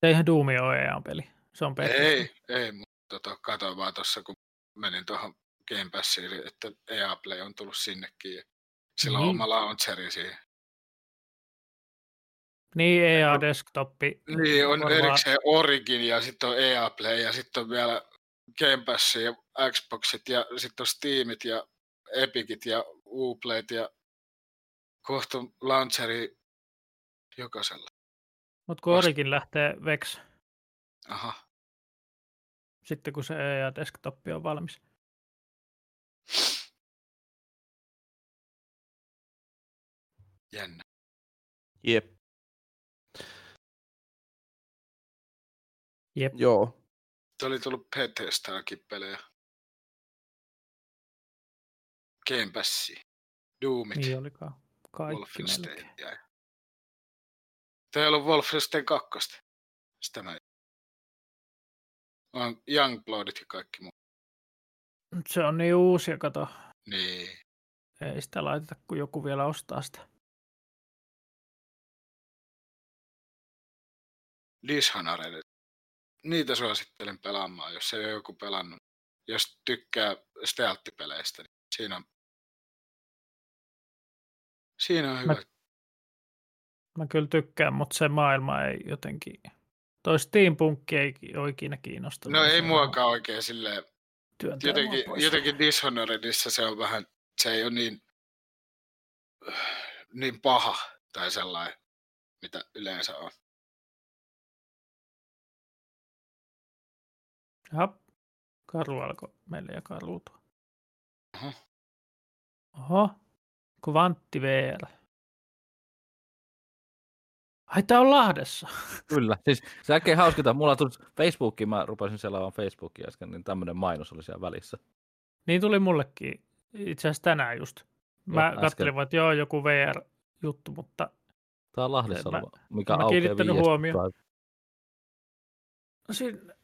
[SPEAKER 2] Se eihän Doom ole EA peli. E Se on peli.
[SPEAKER 5] Ei, ei, mutta tota, katsoin vaan tuossa, kun menin tuohon Game Passiin, että EA Play on tullut sinnekin. Ja sillä on
[SPEAKER 2] Niin.
[SPEAKER 5] oma launcheri siihen.
[SPEAKER 2] Niin EA Desktopi.
[SPEAKER 5] Niin, on
[SPEAKER 2] varmaan-
[SPEAKER 5] erikseen Origin ja sitten on EA Play ja sitten on vielä Game Pass ja Xboxit ja sitten on Steamit ja Epicit ja Uplayt ja kohta on launcheri jokaisella.
[SPEAKER 2] Mutta kun Origin lähtee Vex,
[SPEAKER 5] Aha.
[SPEAKER 2] sitten kun se EA Desktopi on valmis.
[SPEAKER 5] Jännä.
[SPEAKER 4] Jep.
[SPEAKER 2] Jep.
[SPEAKER 4] Joo.
[SPEAKER 5] Tämä oli tullut Bethesdaakin pelejä. Game Passi. Doomit.
[SPEAKER 2] Niin olikaan. Kaikki
[SPEAKER 5] Wolfenstein
[SPEAKER 2] melkein.
[SPEAKER 5] jäi. Tämä ei ollut Wolfenstein 2. Sitä mä on Youngbloodit ja kaikki muu.
[SPEAKER 2] Mut Se on niin uusi, ja kato.
[SPEAKER 5] Niin.
[SPEAKER 2] Ei sitä laiteta, kun joku vielä ostaa sitä.
[SPEAKER 5] Dishonored. Niitä suosittelen pelaamaan, jos ei ole joku pelannut. Jos tykkää stealth-peleistä, niin siinä on, siinä on
[SPEAKER 2] Mä-
[SPEAKER 5] hyvä.
[SPEAKER 2] Mä kyllä tykkään, mutta se maailma ei jotenkin... Toi Steampunkki ei ole ikinä kiinnostanut.
[SPEAKER 5] No ei
[SPEAKER 2] Se
[SPEAKER 5] muakaan oikein silleen.
[SPEAKER 2] työntää mua
[SPEAKER 5] Jotenkin,
[SPEAKER 2] pois.
[SPEAKER 5] jotenkin Dishonoredissa se on vähän, se ei ole niin, niin paha tai sellainen, mitä yleensä on.
[SPEAKER 2] Jaha. Karu alkoi meille jakaa ruutua.
[SPEAKER 5] Oho.
[SPEAKER 2] Oho. Kvantti VR. Ai tää on Lahdessa.
[SPEAKER 3] Kyllä. Siis se äkkiä hauskinta. Mulla tuli Facebookiin, mä rupesin selaamaan Facebookia äsken, niin tämmöinen mainos oli siellä välissä.
[SPEAKER 2] Niin tuli mullekin itse asiassa tänään just. Mä
[SPEAKER 3] äsken.
[SPEAKER 2] katselin vaan, että joo, joku VR-juttu, mutta
[SPEAKER 3] Tää on Lahdessa
[SPEAKER 2] Mä-
[SPEAKER 3] oleva, mikä
[SPEAKER 2] mä
[SPEAKER 3] aukeaa
[SPEAKER 2] kiinnittänyt
[SPEAKER 3] viidestä
[SPEAKER 2] huomion.
[SPEAKER 3] päivä.
[SPEAKER 2] siinä...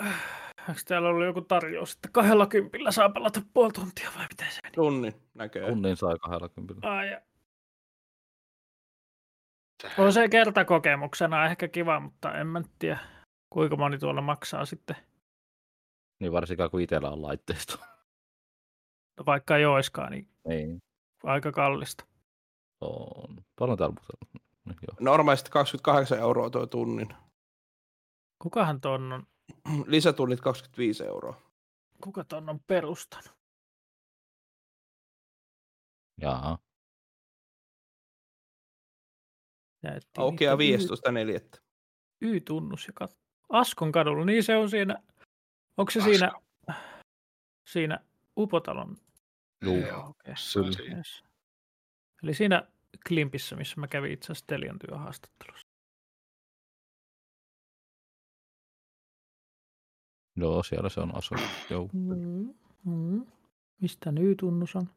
[SPEAKER 2] Eikö äh, täällä ollut joku tarjous, että kahdella kympillä saa pelata puoli tuntia vai mitä se meni?
[SPEAKER 4] Tunnin näköjään.
[SPEAKER 3] Tunnin sai kahdella kympillä.
[SPEAKER 2] Ai, ja-
[SPEAKER 5] Tähän.
[SPEAKER 2] on se kertakokemuksena ehkä kiva, mutta en mä nyt tiedä, kuinka moni tuolla maksaa sitten.
[SPEAKER 3] Niin varsinkaan kun itsellä on laitteisto.
[SPEAKER 2] No Vaikka ei oiskaan, niin
[SPEAKER 3] Niin.
[SPEAKER 2] aika kallista.
[SPEAKER 3] On. Paljon täällä muuta. No, joo.
[SPEAKER 4] Normaalisti 28 euroa tuo tunnin.
[SPEAKER 2] Kukahan ton on,
[SPEAKER 4] Lisätunnit 25 euroa.
[SPEAKER 2] kuka ton on perustanut?
[SPEAKER 3] Jaa.
[SPEAKER 2] Näytti
[SPEAKER 4] Aukeaa
[SPEAKER 2] niitä Y-
[SPEAKER 4] 15.4.
[SPEAKER 2] Y-tunnus, joka Askon kadulla, niin se on siinä, onko se
[SPEAKER 5] Asko.
[SPEAKER 2] siinä, siinä Upotalon?
[SPEAKER 3] Juu.
[SPEAKER 5] Joo,
[SPEAKER 2] okay.
[SPEAKER 5] se on
[SPEAKER 3] Kyllä.
[SPEAKER 5] siinä.
[SPEAKER 2] yes. Eli siinä Klimpissä, missä mä kävin itse asiassa Telion työhaastattelussa.
[SPEAKER 3] Joo, siellä se on asunut. Joo.
[SPEAKER 2] Mm. Mm. Mistä Y-tunnus on?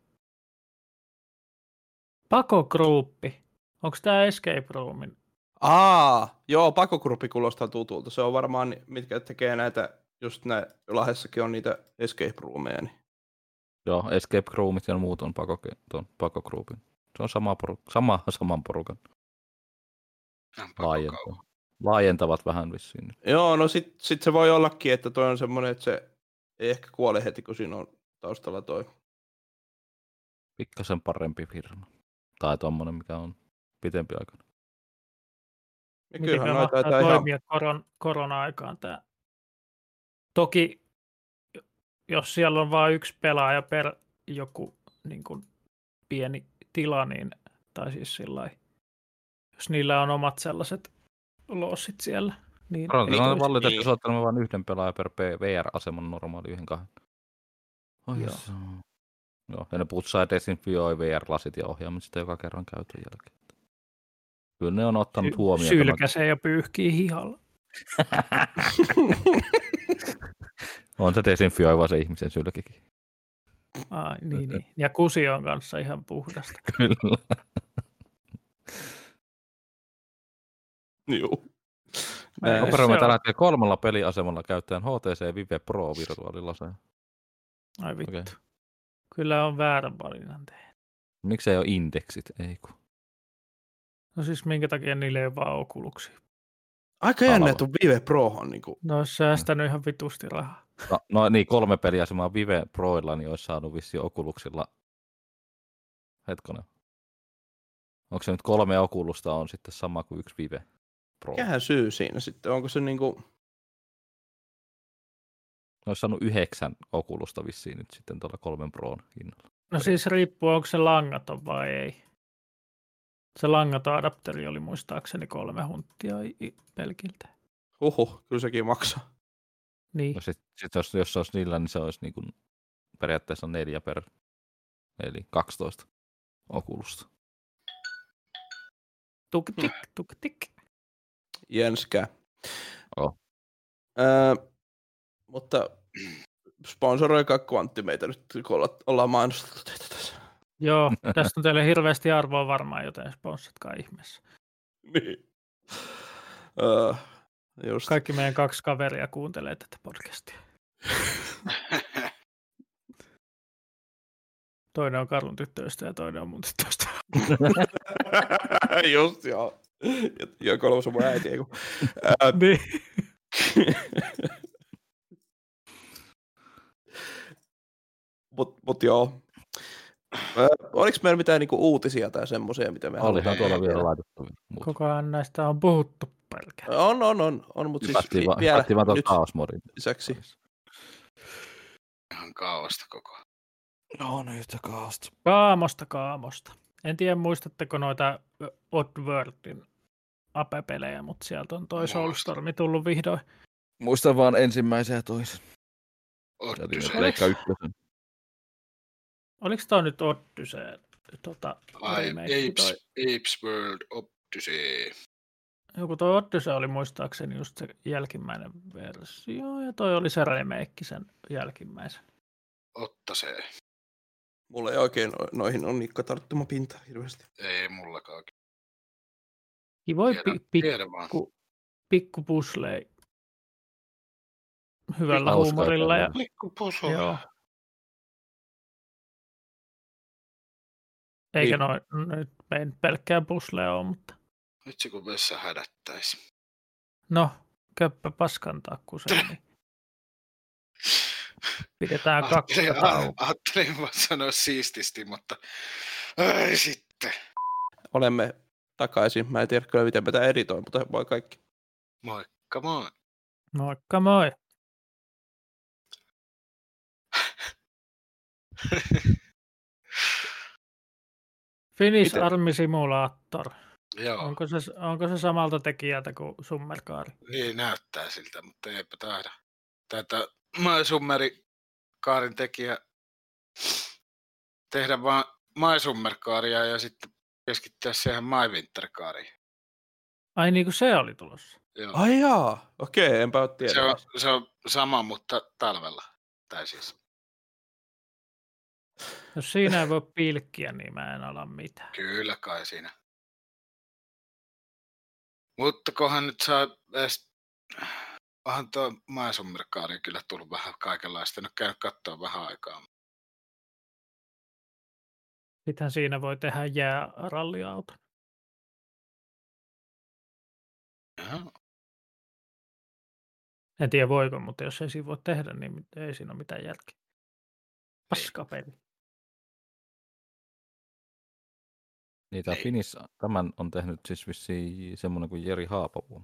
[SPEAKER 2] Pakogruuppi. Onko tämä Escape Roomin?
[SPEAKER 4] Aa, joo, pakokrupi kuulostaa tutulta. Se on varmaan, mitkä tekee näitä, just nä, Lahdessakin on niitä escape roomeja. Niin.
[SPEAKER 3] Joo, Escape Roomit ja muut on pakoke, ton pakogruupin. Se on sama poru, sama, saman porukan
[SPEAKER 5] Nämä on pakko kauan.
[SPEAKER 3] laajentavat. Laajentavat vähän vissiin. nyt.
[SPEAKER 4] Joo, no sit, sit se voi ollakin, että toi on semmoinen, että se ei ehkä kuole heti, kun siinä on taustalla toi.
[SPEAKER 3] Pikkasen parempi firma. Tai tommonen, mikä on pitempi aikana.
[SPEAKER 4] Ja
[SPEAKER 2] Miten
[SPEAKER 4] kyllähän noita
[SPEAKER 2] mahtaa
[SPEAKER 4] taitaa ihan...
[SPEAKER 2] toimia koron, korona-aikaan tämä? Toki, jos siellä on vain yksi pelaaja per joku niin kuin pieni tila, niin, tai siis sillä lailla, jos niillä on omat sellaiset lossit siellä, niin
[SPEAKER 3] Koronatilanne valitettavasti
[SPEAKER 4] niin.
[SPEAKER 3] soittamme vain yhden pelaajan per P- VR-aseman normaali yhden kahden. Ai
[SPEAKER 2] Joo.
[SPEAKER 3] jes. Joo, ja ne putsaa ja desinfioi VR-lasit ja ohjaamme sitä joka kerran käytön jälkeen. Kyllä ne on ottanut
[SPEAKER 2] sy-
[SPEAKER 3] huomioon. tämän.
[SPEAKER 2] sylkäsee ja pyyhkii hihalla.
[SPEAKER 3] On se desinfioiva se ihmisen sylkikin.
[SPEAKER 2] Ai, niin, niin. Ja kusi on kanssa ihan puhdasta.
[SPEAKER 3] Kyllä.
[SPEAKER 4] Joo.
[SPEAKER 2] Ei,
[SPEAKER 4] Nää-
[SPEAKER 2] se on-
[SPEAKER 3] Operoimme tällä hetkellä kolmella peliasemalla käyttäen HTC Vive Pro virtuaalilaseja.
[SPEAKER 2] Ai vittu.
[SPEAKER 3] Okei.
[SPEAKER 2] Okay. Kyllä on väärän valinnan tehnyt.
[SPEAKER 3] Miksi ei ole indeksit? Ei kun.
[SPEAKER 2] No siis minkä takia niillä ei ole vaan okuluksia?
[SPEAKER 4] Aika jännä,
[SPEAKER 3] Alava.
[SPEAKER 4] että Vive Pro on niinku...
[SPEAKER 2] No olisi säästänyt ihan vitusti rahaa.
[SPEAKER 3] No, no niin, kolme peliä se mä oon Vive Proilla, niin olisi saanut vissi okuluksilla. Hetkonen. Onko se nyt kolme okulusta on sitten sama kuin yksi Vive Pro?
[SPEAKER 4] Mikähän syy siinä sitten? Onko se niinku...
[SPEAKER 3] Ne olisi saanut yhdeksän okulusta vissiin nyt sitten tuolla kolmen Proon hinnalla.
[SPEAKER 2] No siis riippuu, onko se langaton vai ei. Se langaton adapteri oli muistaakseni kolme hunttia i- i- pelkiltä.
[SPEAKER 4] Huhu, kyllä sekin maksaa.
[SPEAKER 2] Niin.
[SPEAKER 3] No sit, sit jos, jos se olisi niillä, niin se olisi niin kuin, periaatteessa neljä per, eli 12 okulusta.
[SPEAKER 2] Tuk tik, tuk tik.
[SPEAKER 4] Jenskä.
[SPEAKER 3] Joo.
[SPEAKER 4] Öö, mutta sponsoroikaa Kvantti meitä nyt, kun olla- ollaan mainostettu teitä tässä.
[SPEAKER 2] Joo, tästä on teille hirveästi arvoa varmaan, joten sponssatkaa ihmeessä.
[SPEAKER 4] Niin. Öö, just.
[SPEAKER 2] Kaikki meidän kaksi kaveria kuuntelee tätä podcastia. Toinen on Karun tyttöistä ja toinen on mun tyttöistä.
[SPEAKER 4] just joo. Ja, ja kolmas on mun äiti. ei kun. Öö,
[SPEAKER 2] niin.
[SPEAKER 4] mut, mut joo. Öö, oliko meillä mitään niinku uutisia tai semmoisia, mitä me
[SPEAKER 3] Olihan
[SPEAKER 4] halutaan
[SPEAKER 3] tuolla
[SPEAKER 4] tehdä?
[SPEAKER 3] vielä laitettu. muuta.
[SPEAKER 2] Koko ajan näistä on puhuttu pelkää.
[SPEAKER 4] On, on, on, on mutta siis
[SPEAKER 3] Hypättiin vaan-
[SPEAKER 4] vielä
[SPEAKER 3] hypättiin vaan tuon
[SPEAKER 4] nyt
[SPEAKER 3] Kaosmodin.
[SPEAKER 4] lisäksi.
[SPEAKER 5] Ihan kaosta koko.
[SPEAKER 6] No niin, yhtä kaasta.
[SPEAKER 2] Kaamosta, kaamosta. En tiedä, muistatteko noita ö, Oddworldin apepelejä, mutta sieltä on toi
[SPEAKER 5] Muistan.
[SPEAKER 2] Soulstormi tullut vihdoin.
[SPEAKER 6] Muistan vaan ensimmäisen ja toisen. Jätin
[SPEAKER 5] Ottys
[SPEAKER 6] ne Pleikka ykkösen.
[SPEAKER 2] Oliko toi nyt Oddyseen? Tota,
[SPEAKER 5] Ai,
[SPEAKER 2] remake
[SPEAKER 5] Apes,
[SPEAKER 2] tai-
[SPEAKER 5] Apes World Odyssey.
[SPEAKER 2] Joku toi Odyssey oli muistaakseni just se jälkimmäinen versio, ja toi oli se remake sen jälkimmäisen.
[SPEAKER 5] Otta se.
[SPEAKER 4] Mulla ei oikein no- noihin onnikka tarttumapinta hirveästi.
[SPEAKER 5] Ei mullakaan.
[SPEAKER 2] Kivoi
[SPEAKER 5] Tiedä,
[SPEAKER 2] pi- pi-
[SPEAKER 5] tiedä vaan.
[SPEAKER 2] pikku, pikku puslei. Hyvällä
[SPEAKER 3] Hauskaa
[SPEAKER 2] huumorilla. Ja,
[SPEAKER 5] Pikku pusu.
[SPEAKER 2] joo. Eikä
[SPEAKER 4] Niin.
[SPEAKER 2] noin, nyt ei nyt pelkkää puslea ole, mutta
[SPEAKER 5] Vitsi kun vessa hädättäisi.
[SPEAKER 2] no, köppä paskan takkuseen, niin pidetään kakkosta
[SPEAKER 5] Ajattelin-
[SPEAKER 2] tauon.
[SPEAKER 5] Ajattelin vaan sanoa siististi, mutta ai sitten.
[SPEAKER 4] Olemme takaisin. Mä en tiedä kyllä, miten mä tämän editoin, mutta voi kaikki.
[SPEAKER 5] Moikka moi.
[SPEAKER 2] Moikka moi. Finnish
[SPEAKER 4] Miten? Oh.
[SPEAKER 2] Army Simulator.
[SPEAKER 5] Joo, Onko?
[SPEAKER 2] Onko se, onko se samalta tekijältä kuin Summerkaari?
[SPEAKER 5] niin näyttää siltä, mutta eipä taida. Tätä maisummeri kaarin tekijä tehdä vaan maisummerkaaria ja sitten keskittyä siihen maivinterkaariin.
[SPEAKER 2] Ai niin kuin se oli tulossa.
[SPEAKER 5] Joo.
[SPEAKER 4] Ai jaa. Okei, enpä ole tiedä.
[SPEAKER 5] No. se, on, se on sama, mutta talvella. Tai siis,
[SPEAKER 2] Jos No siinä ei voi pilkkiä, niin mä en ala mitään.
[SPEAKER 5] kyllä kai siinä. Mutta kohan nyt saa edes... Onhan tuo maisummerkaari kyllä tullut vähän kaikenlaista. En ole käynyt katsoa vähän aikaa.
[SPEAKER 2] Sittenhän siinä voi tehdä jääralliauton.
[SPEAKER 5] Joo.
[SPEAKER 2] En tiedä voiko, mutta jos ei siinä voi tehdä, niin mit- ei siinä ole mitään järkeä. Paskapeli.
[SPEAKER 3] Niin, tämä
[SPEAKER 5] Ei.
[SPEAKER 3] Finis, tämän on tehnyt siis vissiin semmoinen kuin Jeri Haapavuo.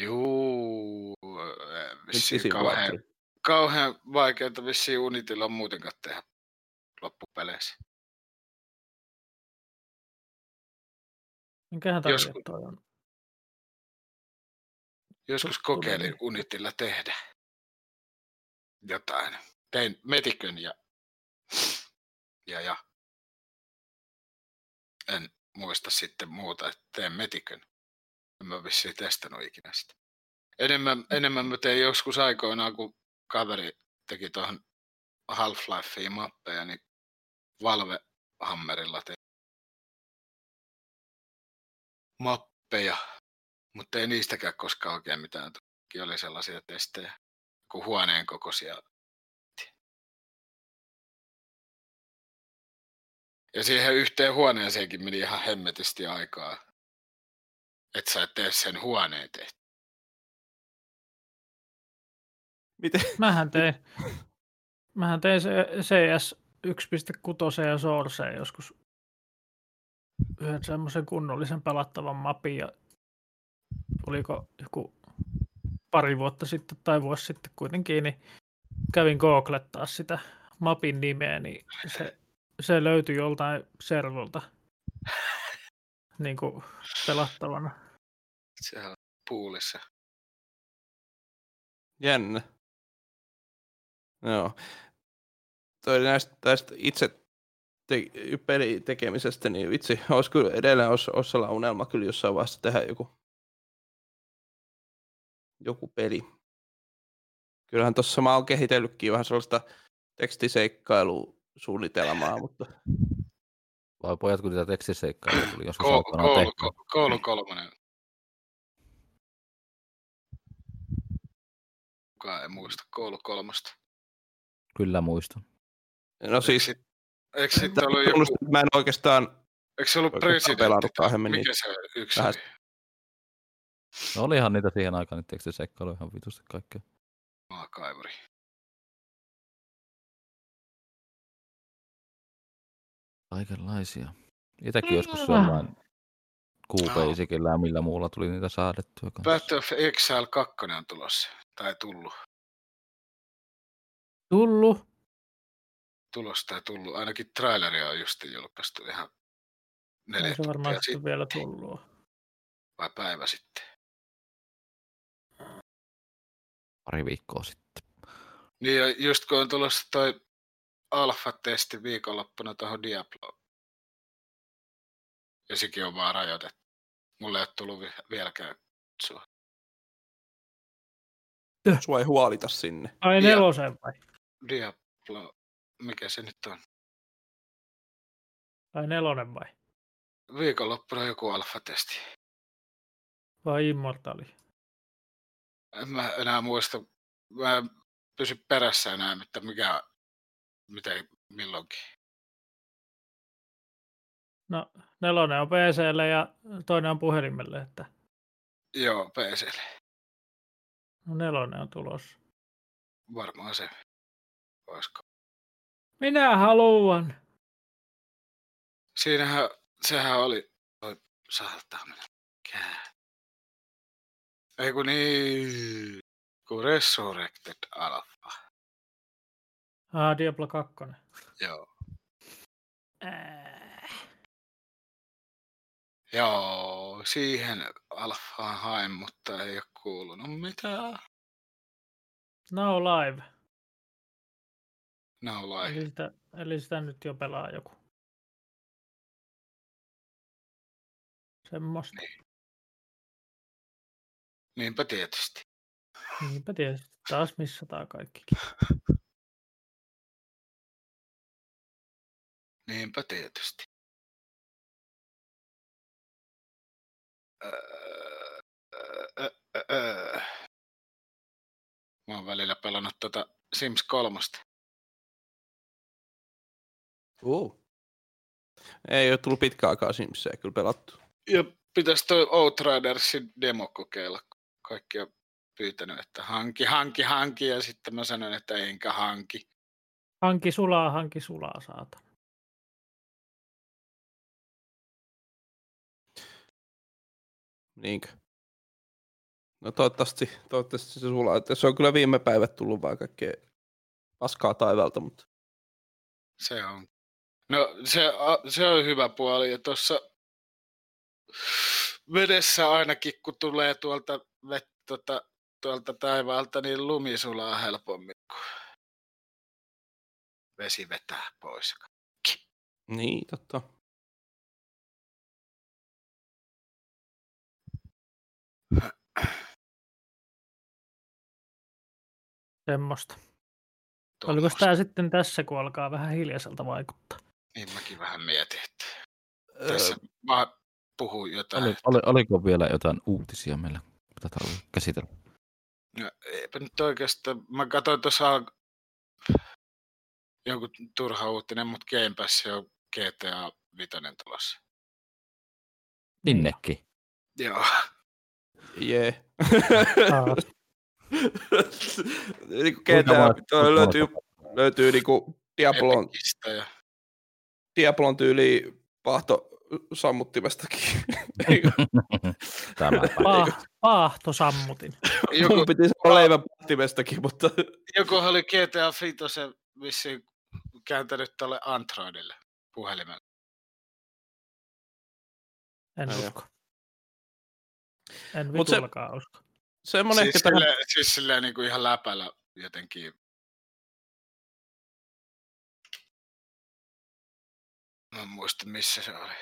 [SPEAKER 5] Juu, äh, vissiin
[SPEAKER 4] pisin
[SPEAKER 5] kauhean,
[SPEAKER 4] vaatii.
[SPEAKER 5] kauhean vaikeaa vissiin unitilla on muutenkaan tehdä loppupeleissä.
[SPEAKER 2] Minkähän
[SPEAKER 5] Jos-
[SPEAKER 2] takia toi on?
[SPEAKER 5] Joskus
[SPEAKER 2] Tu- tulee
[SPEAKER 5] kokeilin
[SPEAKER 2] mieleen.
[SPEAKER 5] unitilla tehdä jotain. Tein metikön ja, ja, ja en muista sitten muuta, että teen metikön. En mä vissiin testannut ikinä sitä. Enemmän, enemmän mä tein joskus aikoinaan, kun kaveri teki tuohon Half-Lifeen mappeja, niin Valve Hammerilla tein mappeja, mutta ei niistäkään koskaan oikein mitään. Toki oli sellaisia testejä, kuin huoneen kokoisia. Ja siihen yhteen huoneeseenkin meni ihan hemmetisti aikaa. et sä tee sen huoneen tehty.
[SPEAKER 4] Miten?
[SPEAKER 2] Mähän tein, mähän tein se- CS 1.6 ja Sourceen joskus yhden semmoisen kunnollisen pelattavan mapin ja oliko joku pari vuotta sitten tai vuosi sitten kuitenkin, niin kävin googlettaa sitä mapin nimeä, niin se, se löytyi joltain servolta niin kuin pelattavana.
[SPEAKER 5] Sehän on puulissa.
[SPEAKER 4] Jännä. Joo. Toi näistä tästä itse te- pelitekemisestä, niin vitsi, olisi kyllä edelleen os, osalla unelma kyllä jossain vaiheessa tehdä joku, joku peli. Kyllähän tuossa mä oon kehitellytkin vähän sellaista tekstiseikkailua mutta
[SPEAKER 3] Vai pojat, kun niitä tekstiseikkailua tuli joskus
[SPEAKER 5] Koulu,
[SPEAKER 3] aikanaan
[SPEAKER 5] koulu,
[SPEAKER 3] tehty.
[SPEAKER 5] ko- koulu kolmonen. Kukaan ei muista koulu kolmosta.
[SPEAKER 3] Kyllä muistan.
[SPEAKER 4] no siis
[SPEAKER 5] Eikö sit- Eikö sitten ollut joku,
[SPEAKER 4] tunnustan, että mä en oikeastaan,
[SPEAKER 5] eikö se ollut
[SPEAKER 4] oikeastaan
[SPEAKER 5] presidentti?
[SPEAKER 4] pelannut
[SPEAKER 5] tai
[SPEAKER 4] kahden
[SPEAKER 5] Mikä
[SPEAKER 4] niitä.
[SPEAKER 5] se yksi
[SPEAKER 4] Vähän-
[SPEAKER 5] oli?
[SPEAKER 3] No olihan niitä siihen aikaan niitä tekstiseikkailuja ihan vitusti kaikkea.
[SPEAKER 5] maakaivuri?
[SPEAKER 3] Kaikenlaisia. Itäkin joskus jollain kuupeisikillä ja millä muulla tuli niitä saadettua. kanssa.
[SPEAKER 5] Battle of Exile 2 on tulossa. Tai tullut.
[SPEAKER 2] Tullut.
[SPEAKER 5] Tulossa tai tullut. Ainakin traileria on just julkaistu ihan neljä
[SPEAKER 2] Ei se varmaan
[SPEAKER 5] tuntia
[SPEAKER 2] sitten
[SPEAKER 5] sitten
[SPEAKER 2] vielä tullut.
[SPEAKER 5] vai päivä sitten.
[SPEAKER 3] Pari viikkoa sitten.
[SPEAKER 5] Niin ja just kun on tulossa toi alfa-testi viikonloppuna tuohon Diabloon. Ja sekin on vaan rajoitettu. Mulle ei ole tullut vi- vieläkään sua.
[SPEAKER 4] sua ei huolita sinne.
[SPEAKER 2] Ai
[SPEAKER 5] Joo.
[SPEAKER 2] nelosen vai?
[SPEAKER 5] Diablo, mikä se nyt on?
[SPEAKER 2] Ai nelonen vai?
[SPEAKER 5] Viikonloppuna joku alfa-testi.
[SPEAKER 2] Vai Immortali?
[SPEAKER 5] En mä enää muista. Mä en pysy perässä enää, että mikä, mitä milloinkin.
[SPEAKER 2] No, nelonen on PClle ja toinen on puhelimelle, että
[SPEAKER 5] Joo, PClle.
[SPEAKER 2] no nelonen on tulossa.
[SPEAKER 5] Varmaan se. Olisiko.
[SPEAKER 2] Minä haluan!
[SPEAKER 5] Siinähän, sehän oli toi saattaminen. Kää. Ei kun niin. Kun Resurrected Alpha.
[SPEAKER 2] Ah, Diablo 2.
[SPEAKER 5] Joo. Joo, siihen Alfaan hain, mutta ei ole kuulunut mitään.
[SPEAKER 2] Now live.
[SPEAKER 5] No
[SPEAKER 2] Eli
[SPEAKER 5] like.
[SPEAKER 2] sitä, eli sitä nyt jo pelaa joku. Semmosta.
[SPEAKER 5] Niinpä tietysti.
[SPEAKER 2] Niinpä tietysti. Taas missataan kaikkikin.
[SPEAKER 5] Niinpä tietysti. Öö, öö, öö, öö. Mä oon välillä pelannut tota Sims 3.
[SPEAKER 4] Uh. Ei ole tullut pitkään aikaa Simsiä kyllä pelattu.
[SPEAKER 5] Ja pitäis toi Outridersin demo kokeilla. kun Kaikki on pyytänyt, että hanki, hanki, hanki. Ja sitten mä sanoin, että enkä hanki.
[SPEAKER 2] Hanki sulaa, hanki sulaa, saatan.
[SPEAKER 4] Niinkö? No toivottavasti, toivottavasti se sulaa. että Se on kyllä viime päivät tullut vaan kaikkea paskaa taivalta, mutta
[SPEAKER 5] Se on. No se, a- se on hyvä puoli. Ja tuossa vedessä ainakin, kun tulee tuolta, vet, tota, tuolta taivaalta, niin lumi sulaa helpommin kuin vesi vetää pois.
[SPEAKER 4] niin totta.
[SPEAKER 2] Semmosta. Oliko
[SPEAKER 5] Tuommoista.
[SPEAKER 2] tämä sitten tässä, kun alkaa vähän hiljaiselta vaikuttaa?
[SPEAKER 5] Niin mäkin vähän mietin, että
[SPEAKER 4] Öö,
[SPEAKER 5] tässä vaan puhuu jotain.
[SPEAKER 3] Oli, oli, oliko vielä jotain uutisia meillä, mitä tarvitsee käsitellä?
[SPEAKER 5] No, eipä nyt oikeastaan. Mä katsoin tuossa al- jonkun turha uutinen, mutta Game Pass on GTA 5 tulossa.
[SPEAKER 3] Minnekin.
[SPEAKER 5] Joo.
[SPEAKER 4] Jee.
[SPEAKER 2] Aa.
[SPEAKER 4] niinku GTA, toi löytyy, löytyy niinku Diablon,
[SPEAKER 5] Epikistä ja
[SPEAKER 4] Diablon tyyli pahto sammuttimestakin. Niinku,
[SPEAKER 3] Tämä.
[SPEAKER 2] Paah, paahto sammutin.
[SPEAKER 5] joku,
[SPEAKER 4] Mun piti sanoa leivän pahtimestakin, mutta
[SPEAKER 5] jokuhan oli GTA Fitosen vissiin kääntänyt tälle Androidille puhelimelle.
[SPEAKER 2] En
[SPEAKER 4] Ai joo.
[SPEAKER 2] usko. En
[SPEAKER 4] Mut se-
[SPEAKER 2] vitullakaan usko.
[SPEAKER 4] semmonen
[SPEAKER 5] siis,
[SPEAKER 4] ehkä tähän
[SPEAKER 5] silleen, siis silleen niin kuin ihan läpällä jotenkin. Mä en muista missä se oli.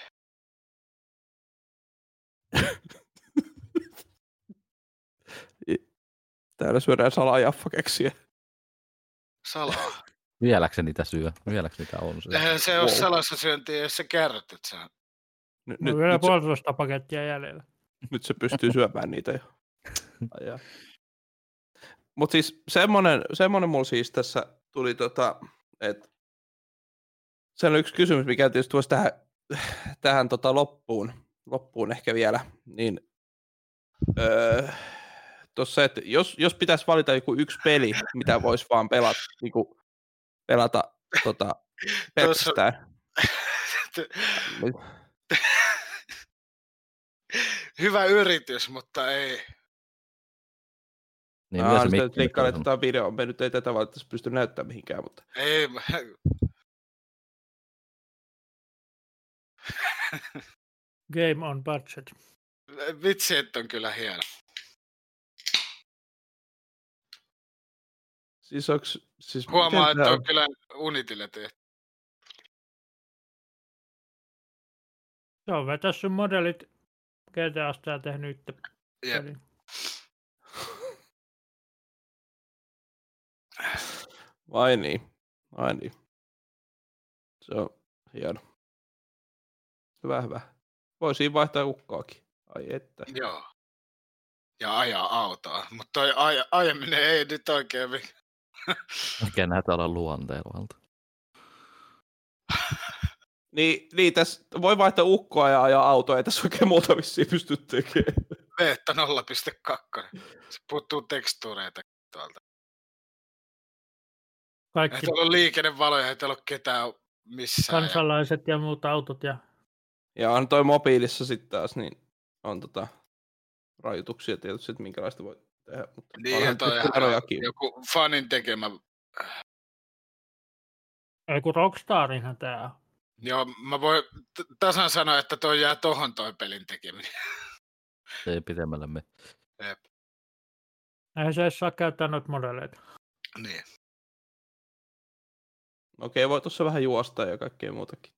[SPEAKER 4] täällä syödään salajaffa keksiä.
[SPEAKER 5] Salaa.
[SPEAKER 3] Vieläks se niitä syö? Vieläks niitä on syö?
[SPEAKER 5] Eihän se ole
[SPEAKER 4] Wow.
[SPEAKER 5] salassa syöntiä, jos sä kerrot, että sä...
[SPEAKER 4] Nyt,
[SPEAKER 5] No,
[SPEAKER 2] Nyt,
[SPEAKER 4] nyt,
[SPEAKER 2] on vielä
[SPEAKER 4] nyt, se,
[SPEAKER 2] puolitoista pakettia jäljellä.
[SPEAKER 4] nyt se pystyy syömään niitä jo. Mutta siis semmonen, semmonen mulla siis tässä tuli tota, että se on yksi kysymys, mikä tietysti tuossa tähän, tähän tota loppuun, loppuun ehkä vielä, niin öö, tossa, että jos, jos pitäisi valita joku yksi peli, mitä voisi vaan pelata, niinku, pelata tota,
[SPEAKER 5] Tuossa-
[SPEAKER 4] pelkästään.
[SPEAKER 5] Hyvä yritys, mutta ei. äh,
[SPEAKER 3] Niin,
[SPEAKER 4] Mä
[SPEAKER 3] mitä se
[SPEAKER 4] aina sitä nyt
[SPEAKER 3] mikki nyt
[SPEAKER 4] liikkaan,
[SPEAKER 3] on
[SPEAKER 4] että tämä video on mennyt, ei tätä valitettavasti pysty näyttämään mihinkään, mutta
[SPEAKER 5] Ei, mä-
[SPEAKER 2] Game on budget.
[SPEAKER 5] vitsi, että on kyllä hieno.
[SPEAKER 4] Siis onks, siis
[SPEAKER 5] Huomaa,
[SPEAKER 4] miten
[SPEAKER 5] että
[SPEAKER 4] tää
[SPEAKER 5] on kyllä Unitille tehty.
[SPEAKER 2] Se on vetäs sun modelit GTAsta ja tehnyt itse.
[SPEAKER 5] Jep.
[SPEAKER 2] pelin.
[SPEAKER 4] Vai niin, vai niin. Se on hieno. Hyvä, hyvä. Voisin vaihtaa ukkaakin. Ai että.
[SPEAKER 5] Joo. Ja ajaa autoa. Mutta toi aja, ajaminen ei nyt oikein... vi-
[SPEAKER 3] Mikä näyttää olla luonteenvalta.
[SPEAKER 4] Niin, niin tässä voi vaihtaa ukkoa ja ajaa autoa, ei tässä oikein muuta vissiin pysty tekemään.
[SPEAKER 5] Veetta 0.2. Se puuttuu tekstuureita tuolta. Ei
[SPEAKER 2] Kaikki
[SPEAKER 5] täällä ole liikennevaloja, ei täällä ole ketään missään. ja-
[SPEAKER 2] kansalaiset ja muut autot ja
[SPEAKER 4] Ja on toi mobiilissa sitten taas, niin on tota rajoituksia tietysti, että minkälaista voi tehdä. Mutta
[SPEAKER 5] Niin, ja
[SPEAKER 4] onhan
[SPEAKER 5] toi
[SPEAKER 4] tässä
[SPEAKER 5] ihan
[SPEAKER 4] erojakin.
[SPEAKER 5] joku fanin tekemä.
[SPEAKER 2] ei kun Rockstarinhan tää on.
[SPEAKER 5] Joo, mä voin t- tasan sanoa, että toi jää tohon toi pelin tekeminen.
[SPEAKER 3] Se ei pitemmälle me.
[SPEAKER 2] Eihän se edes saa käyttää noita modeleita.
[SPEAKER 5] Niin.
[SPEAKER 4] Okei, voi tuossa vähän juosta ja kaikkea muutakin.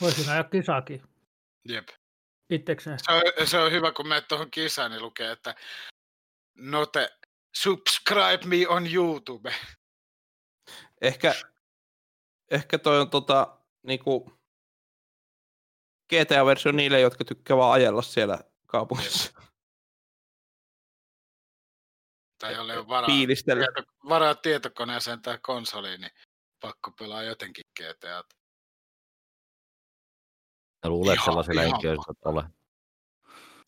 [SPEAKER 2] Voisin ajaa kisaakin
[SPEAKER 5] Jep.
[SPEAKER 2] itsekseen.
[SPEAKER 5] Se on, se on hyvä, kun menet tuohon kisaan, niin lukee, että note, subscribe me on YouTube.
[SPEAKER 4] Ehkä, ehkä toi on tota, niinku, GTA-versio niille, jotka tykkää vaan ajella siellä kaupungissa E-
[SPEAKER 5] Tai jolle on varaa,
[SPEAKER 4] piilistellä.
[SPEAKER 5] tieto, varaa tietokoneeseen tai konsoliin, niin pakko pelaa jotenkin GTA.
[SPEAKER 3] Ja luulet
[SPEAKER 5] Ihan-
[SPEAKER 3] sellaisilla
[SPEAKER 5] ihan
[SPEAKER 3] henkilöistä, että ole.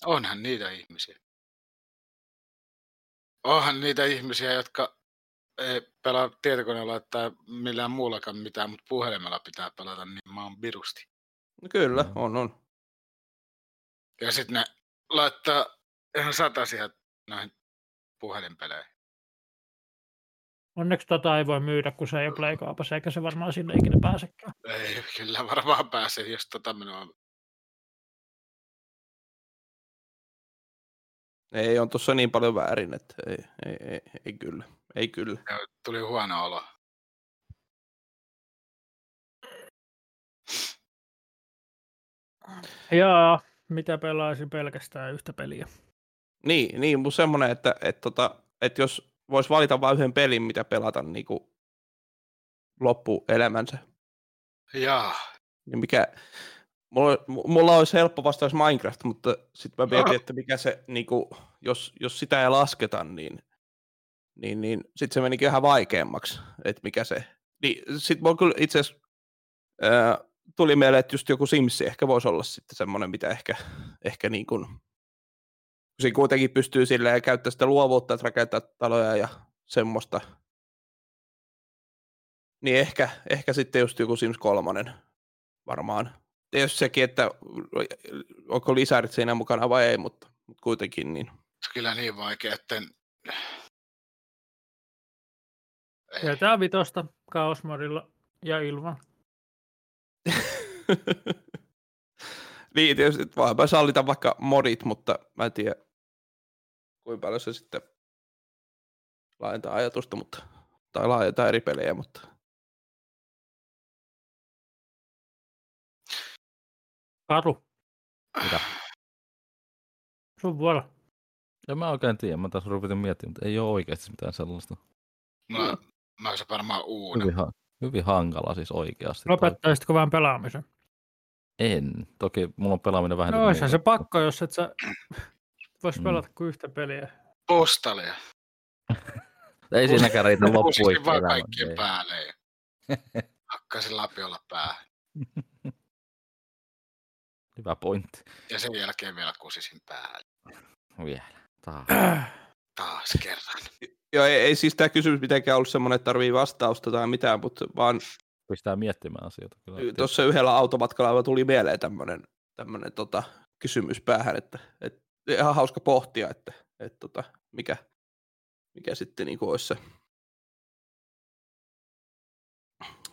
[SPEAKER 5] Onhan niitä ihmisiä. Onhan niitä ihmisiä, jotka ei pelaa tietokoneella tai millään muullakaan mitään, mutta puhelimella pitää pelata, niin mä oon virusti.
[SPEAKER 4] No Kyllä,
[SPEAKER 3] Mm.
[SPEAKER 4] on, on.
[SPEAKER 5] Ja sitten ne laittaa ihan satasia noihin puhelinpeleihin.
[SPEAKER 2] Onneksi tota ei voi myydä, kun se ei ole pleikaapassa, eikä se varmaan sinne ikinä pääsekään.
[SPEAKER 5] Ei, kyllä varmaan pääsee, jos tota minua...
[SPEAKER 4] Ei, on tuossa niin paljon väärin, että ei, ei, ei, ei kyllä. Ei kyllä.
[SPEAKER 5] Tuli huono olo.
[SPEAKER 2] Jaa, mitä pelaisin pelkästään yhtä peliä.
[SPEAKER 4] Niin, niin mutta semmoinen, että, että, tota, että jos voisi valita vain yhden pelin, mitä pelata niinku loppuelämänsä,
[SPEAKER 5] Jaa.
[SPEAKER 4] niin mikä... Mulla, mulla olisi helppo vastaus Minecraft, mutta sitten mä mietin, että mikä se, niinku, jos, jos sitä ei lasketa, niin, niin, niin sitten se menikin vähän vaikeammaksi, että mikä se... Niin, sitten mulla kyllä itse asiassa, ää, tuli mieleen, että just joku Sims ehkä voisi olla sitten semmoinen, mitä ehkä, ehkä niin kuin, siinä kuitenkin pystyy silleen käyttää sitä luovuutta, että rakentaa taloja ja semmoista. Niin ehkä, ehkä sitten just joku Sims 3 varmaan. Tietysti sekin, että onko lisärit siinä mukana vai ei, mutta, mutta kuitenkin niin.
[SPEAKER 5] Kyllä niin vaikea, että en... Ei.
[SPEAKER 2] Jätään vitosta kaosmodilla ja ilman.
[SPEAKER 4] niin, tietysti vaan mä sallitan vaikka modit, mutta mä en tiedä kuinka paljon se sitten laajentaa ajatusta, mutta, tai laajentaa eri pelejä, mutta
[SPEAKER 2] Karu,
[SPEAKER 3] Mitä?
[SPEAKER 2] sun vuoro.
[SPEAKER 3] En mä oikein tiedä, mä tässä rupesin miettimään, mutta ei ole oikeasti mitään sellaista.
[SPEAKER 5] Mä, mä oon varmaan uuden.
[SPEAKER 3] Hyvin, ha- hyvin hankala siis oikeasti.
[SPEAKER 2] Lopettaisitko vähän pelaamisen?
[SPEAKER 3] En. Toki mulla on pelaaminen vähän...
[SPEAKER 2] No
[SPEAKER 3] niinku
[SPEAKER 2] olisihan se
[SPEAKER 3] muuta.
[SPEAKER 2] pakko, jos et sä vois
[SPEAKER 3] Mm.
[SPEAKER 2] pelata kuin yhtä peliä.
[SPEAKER 5] Postalia.
[SPEAKER 3] Ei siinäkään riitä loppuun.
[SPEAKER 5] Kusisin vaan
[SPEAKER 3] niin.
[SPEAKER 5] kaikkien päälle. ja Hakkasin lapiolla päähän.
[SPEAKER 3] Hyvä pointti.
[SPEAKER 5] Ja sen jälkeen vielä kusisin päälle.
[SPEAKER 3] Vielä. Taas.
[SPEAKER 5] Taas kerran.
[SPEAKER 4] Joo, ei, ei siis tämä kysymys mitenkään ollut semmoinen, että tarvii vastausta tai mitään, mutta vaan
[SPEAKER 3] Pistää miettimään asioita. Kyllä.
[SPEAKER 4] tuossa yhdellä automatkalla aivan tuli mieleen tämmöinen tämmönen, tota, kysymys päähän, että, että ihan hauska pohtia, että, että tota, mikä, mikä sitten niin olisi se,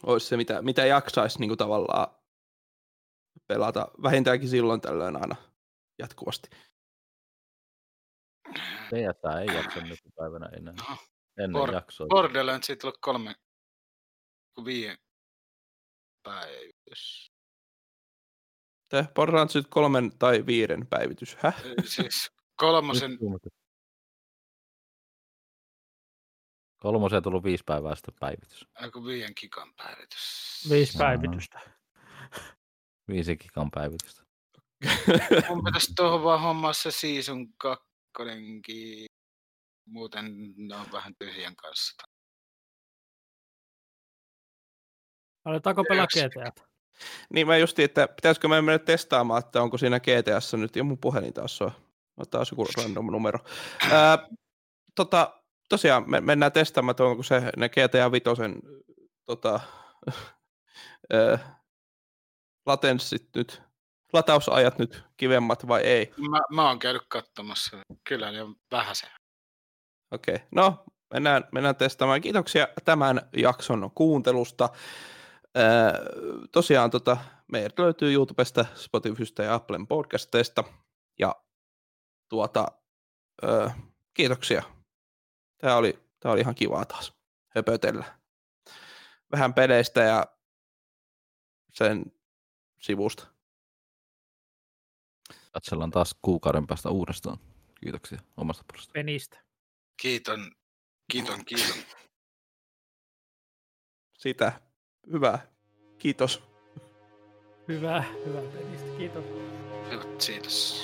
[SPEAKER 4] olisi se mitä, mitä jaksaisi niin tavallaan pelata vähintäänkin silloin tällöin aina jatkuvasti.
[SPEAKER 3] PS ei jaksa nykypäivänä enää.
[SPEAKER 5] No.
[SPEAKER 3] Ennen
[SPEAKER 5] Bor-
[SPEAKER 3] jaksoa.
[SPEAKER 5] Borderlands siitä tullut kolme, ku viien päivitys.
[SPEAKER 4] Tämä Borderlands nyt kolmen tai viiden päivitys. Häh?
[SPEAKER 5] Ö, Siis kolmosen,
[SPEAKER 3] Kolmoseen tullut viisi päivää sitten päivitys.
[SPEAKER 5] ei, ku äh, viien gigan päivitys.
[SPEAKER 2] Viisi
[SPEAKER 3] Jaa.
[SPEAKER 2] päivitystä.
[SPEAKER 3] Viisi gigan päivitystä.
[SPEAKER 5] Mun pitäisi tuohon vaan hommaa se season kakkonenkin. Muuten ne on vähän tyhjän kanssa.
[SPEAKER 2] Aletaanko pelaa
[SPEAKER 5] Yes.
[SPEAKER 2] GTA?
[SPEAKER 4] Niin mä justiin, että pitäisikö mä mennä testaamaan, että onko siinä GTAssa nyt, ja mun puhelin taas soi. No taas joku random numero. Ää, tota, tosiaan me, mennään testaamaan, että onko se ne GTA Vitosen tota, ää, latenssit nyt, latausajat nyt kivemmat vai ei.
[SPEAKER 5] Mä, mä oon käynyt katsomassa. Kyllä ne on vähän se.
[SPEAKER 4] Okei, no mennään, mennään testaamaan. Kiitoksia tämän jakson kuuntelusta. Öö, tosiaan tota, meidät löytyy YouTubesta, Spotifysta ja Applen podcasteista. Ja tuota, öö, kiitoksia. Tämä oli, tämä oli ihan kivaa taas höpötellä. Vähän peleistä ja sen sivusta.
[SPEAKER 3] Katsellaan taas kuukauden päästä uudestaan. Kiitoksia omasta puolestani.
[SPEAKER 2] Penistä.
[SPEAKER 5] Kiiton, kiiton, kiiton.
[SPEAKER 4] Sitä. Hyvä. Kiitos.
[SPEAKER 2] Hyvä, hyvä penistä. Kiitos.
[SPEAKER 5] Hyvät, kiitos.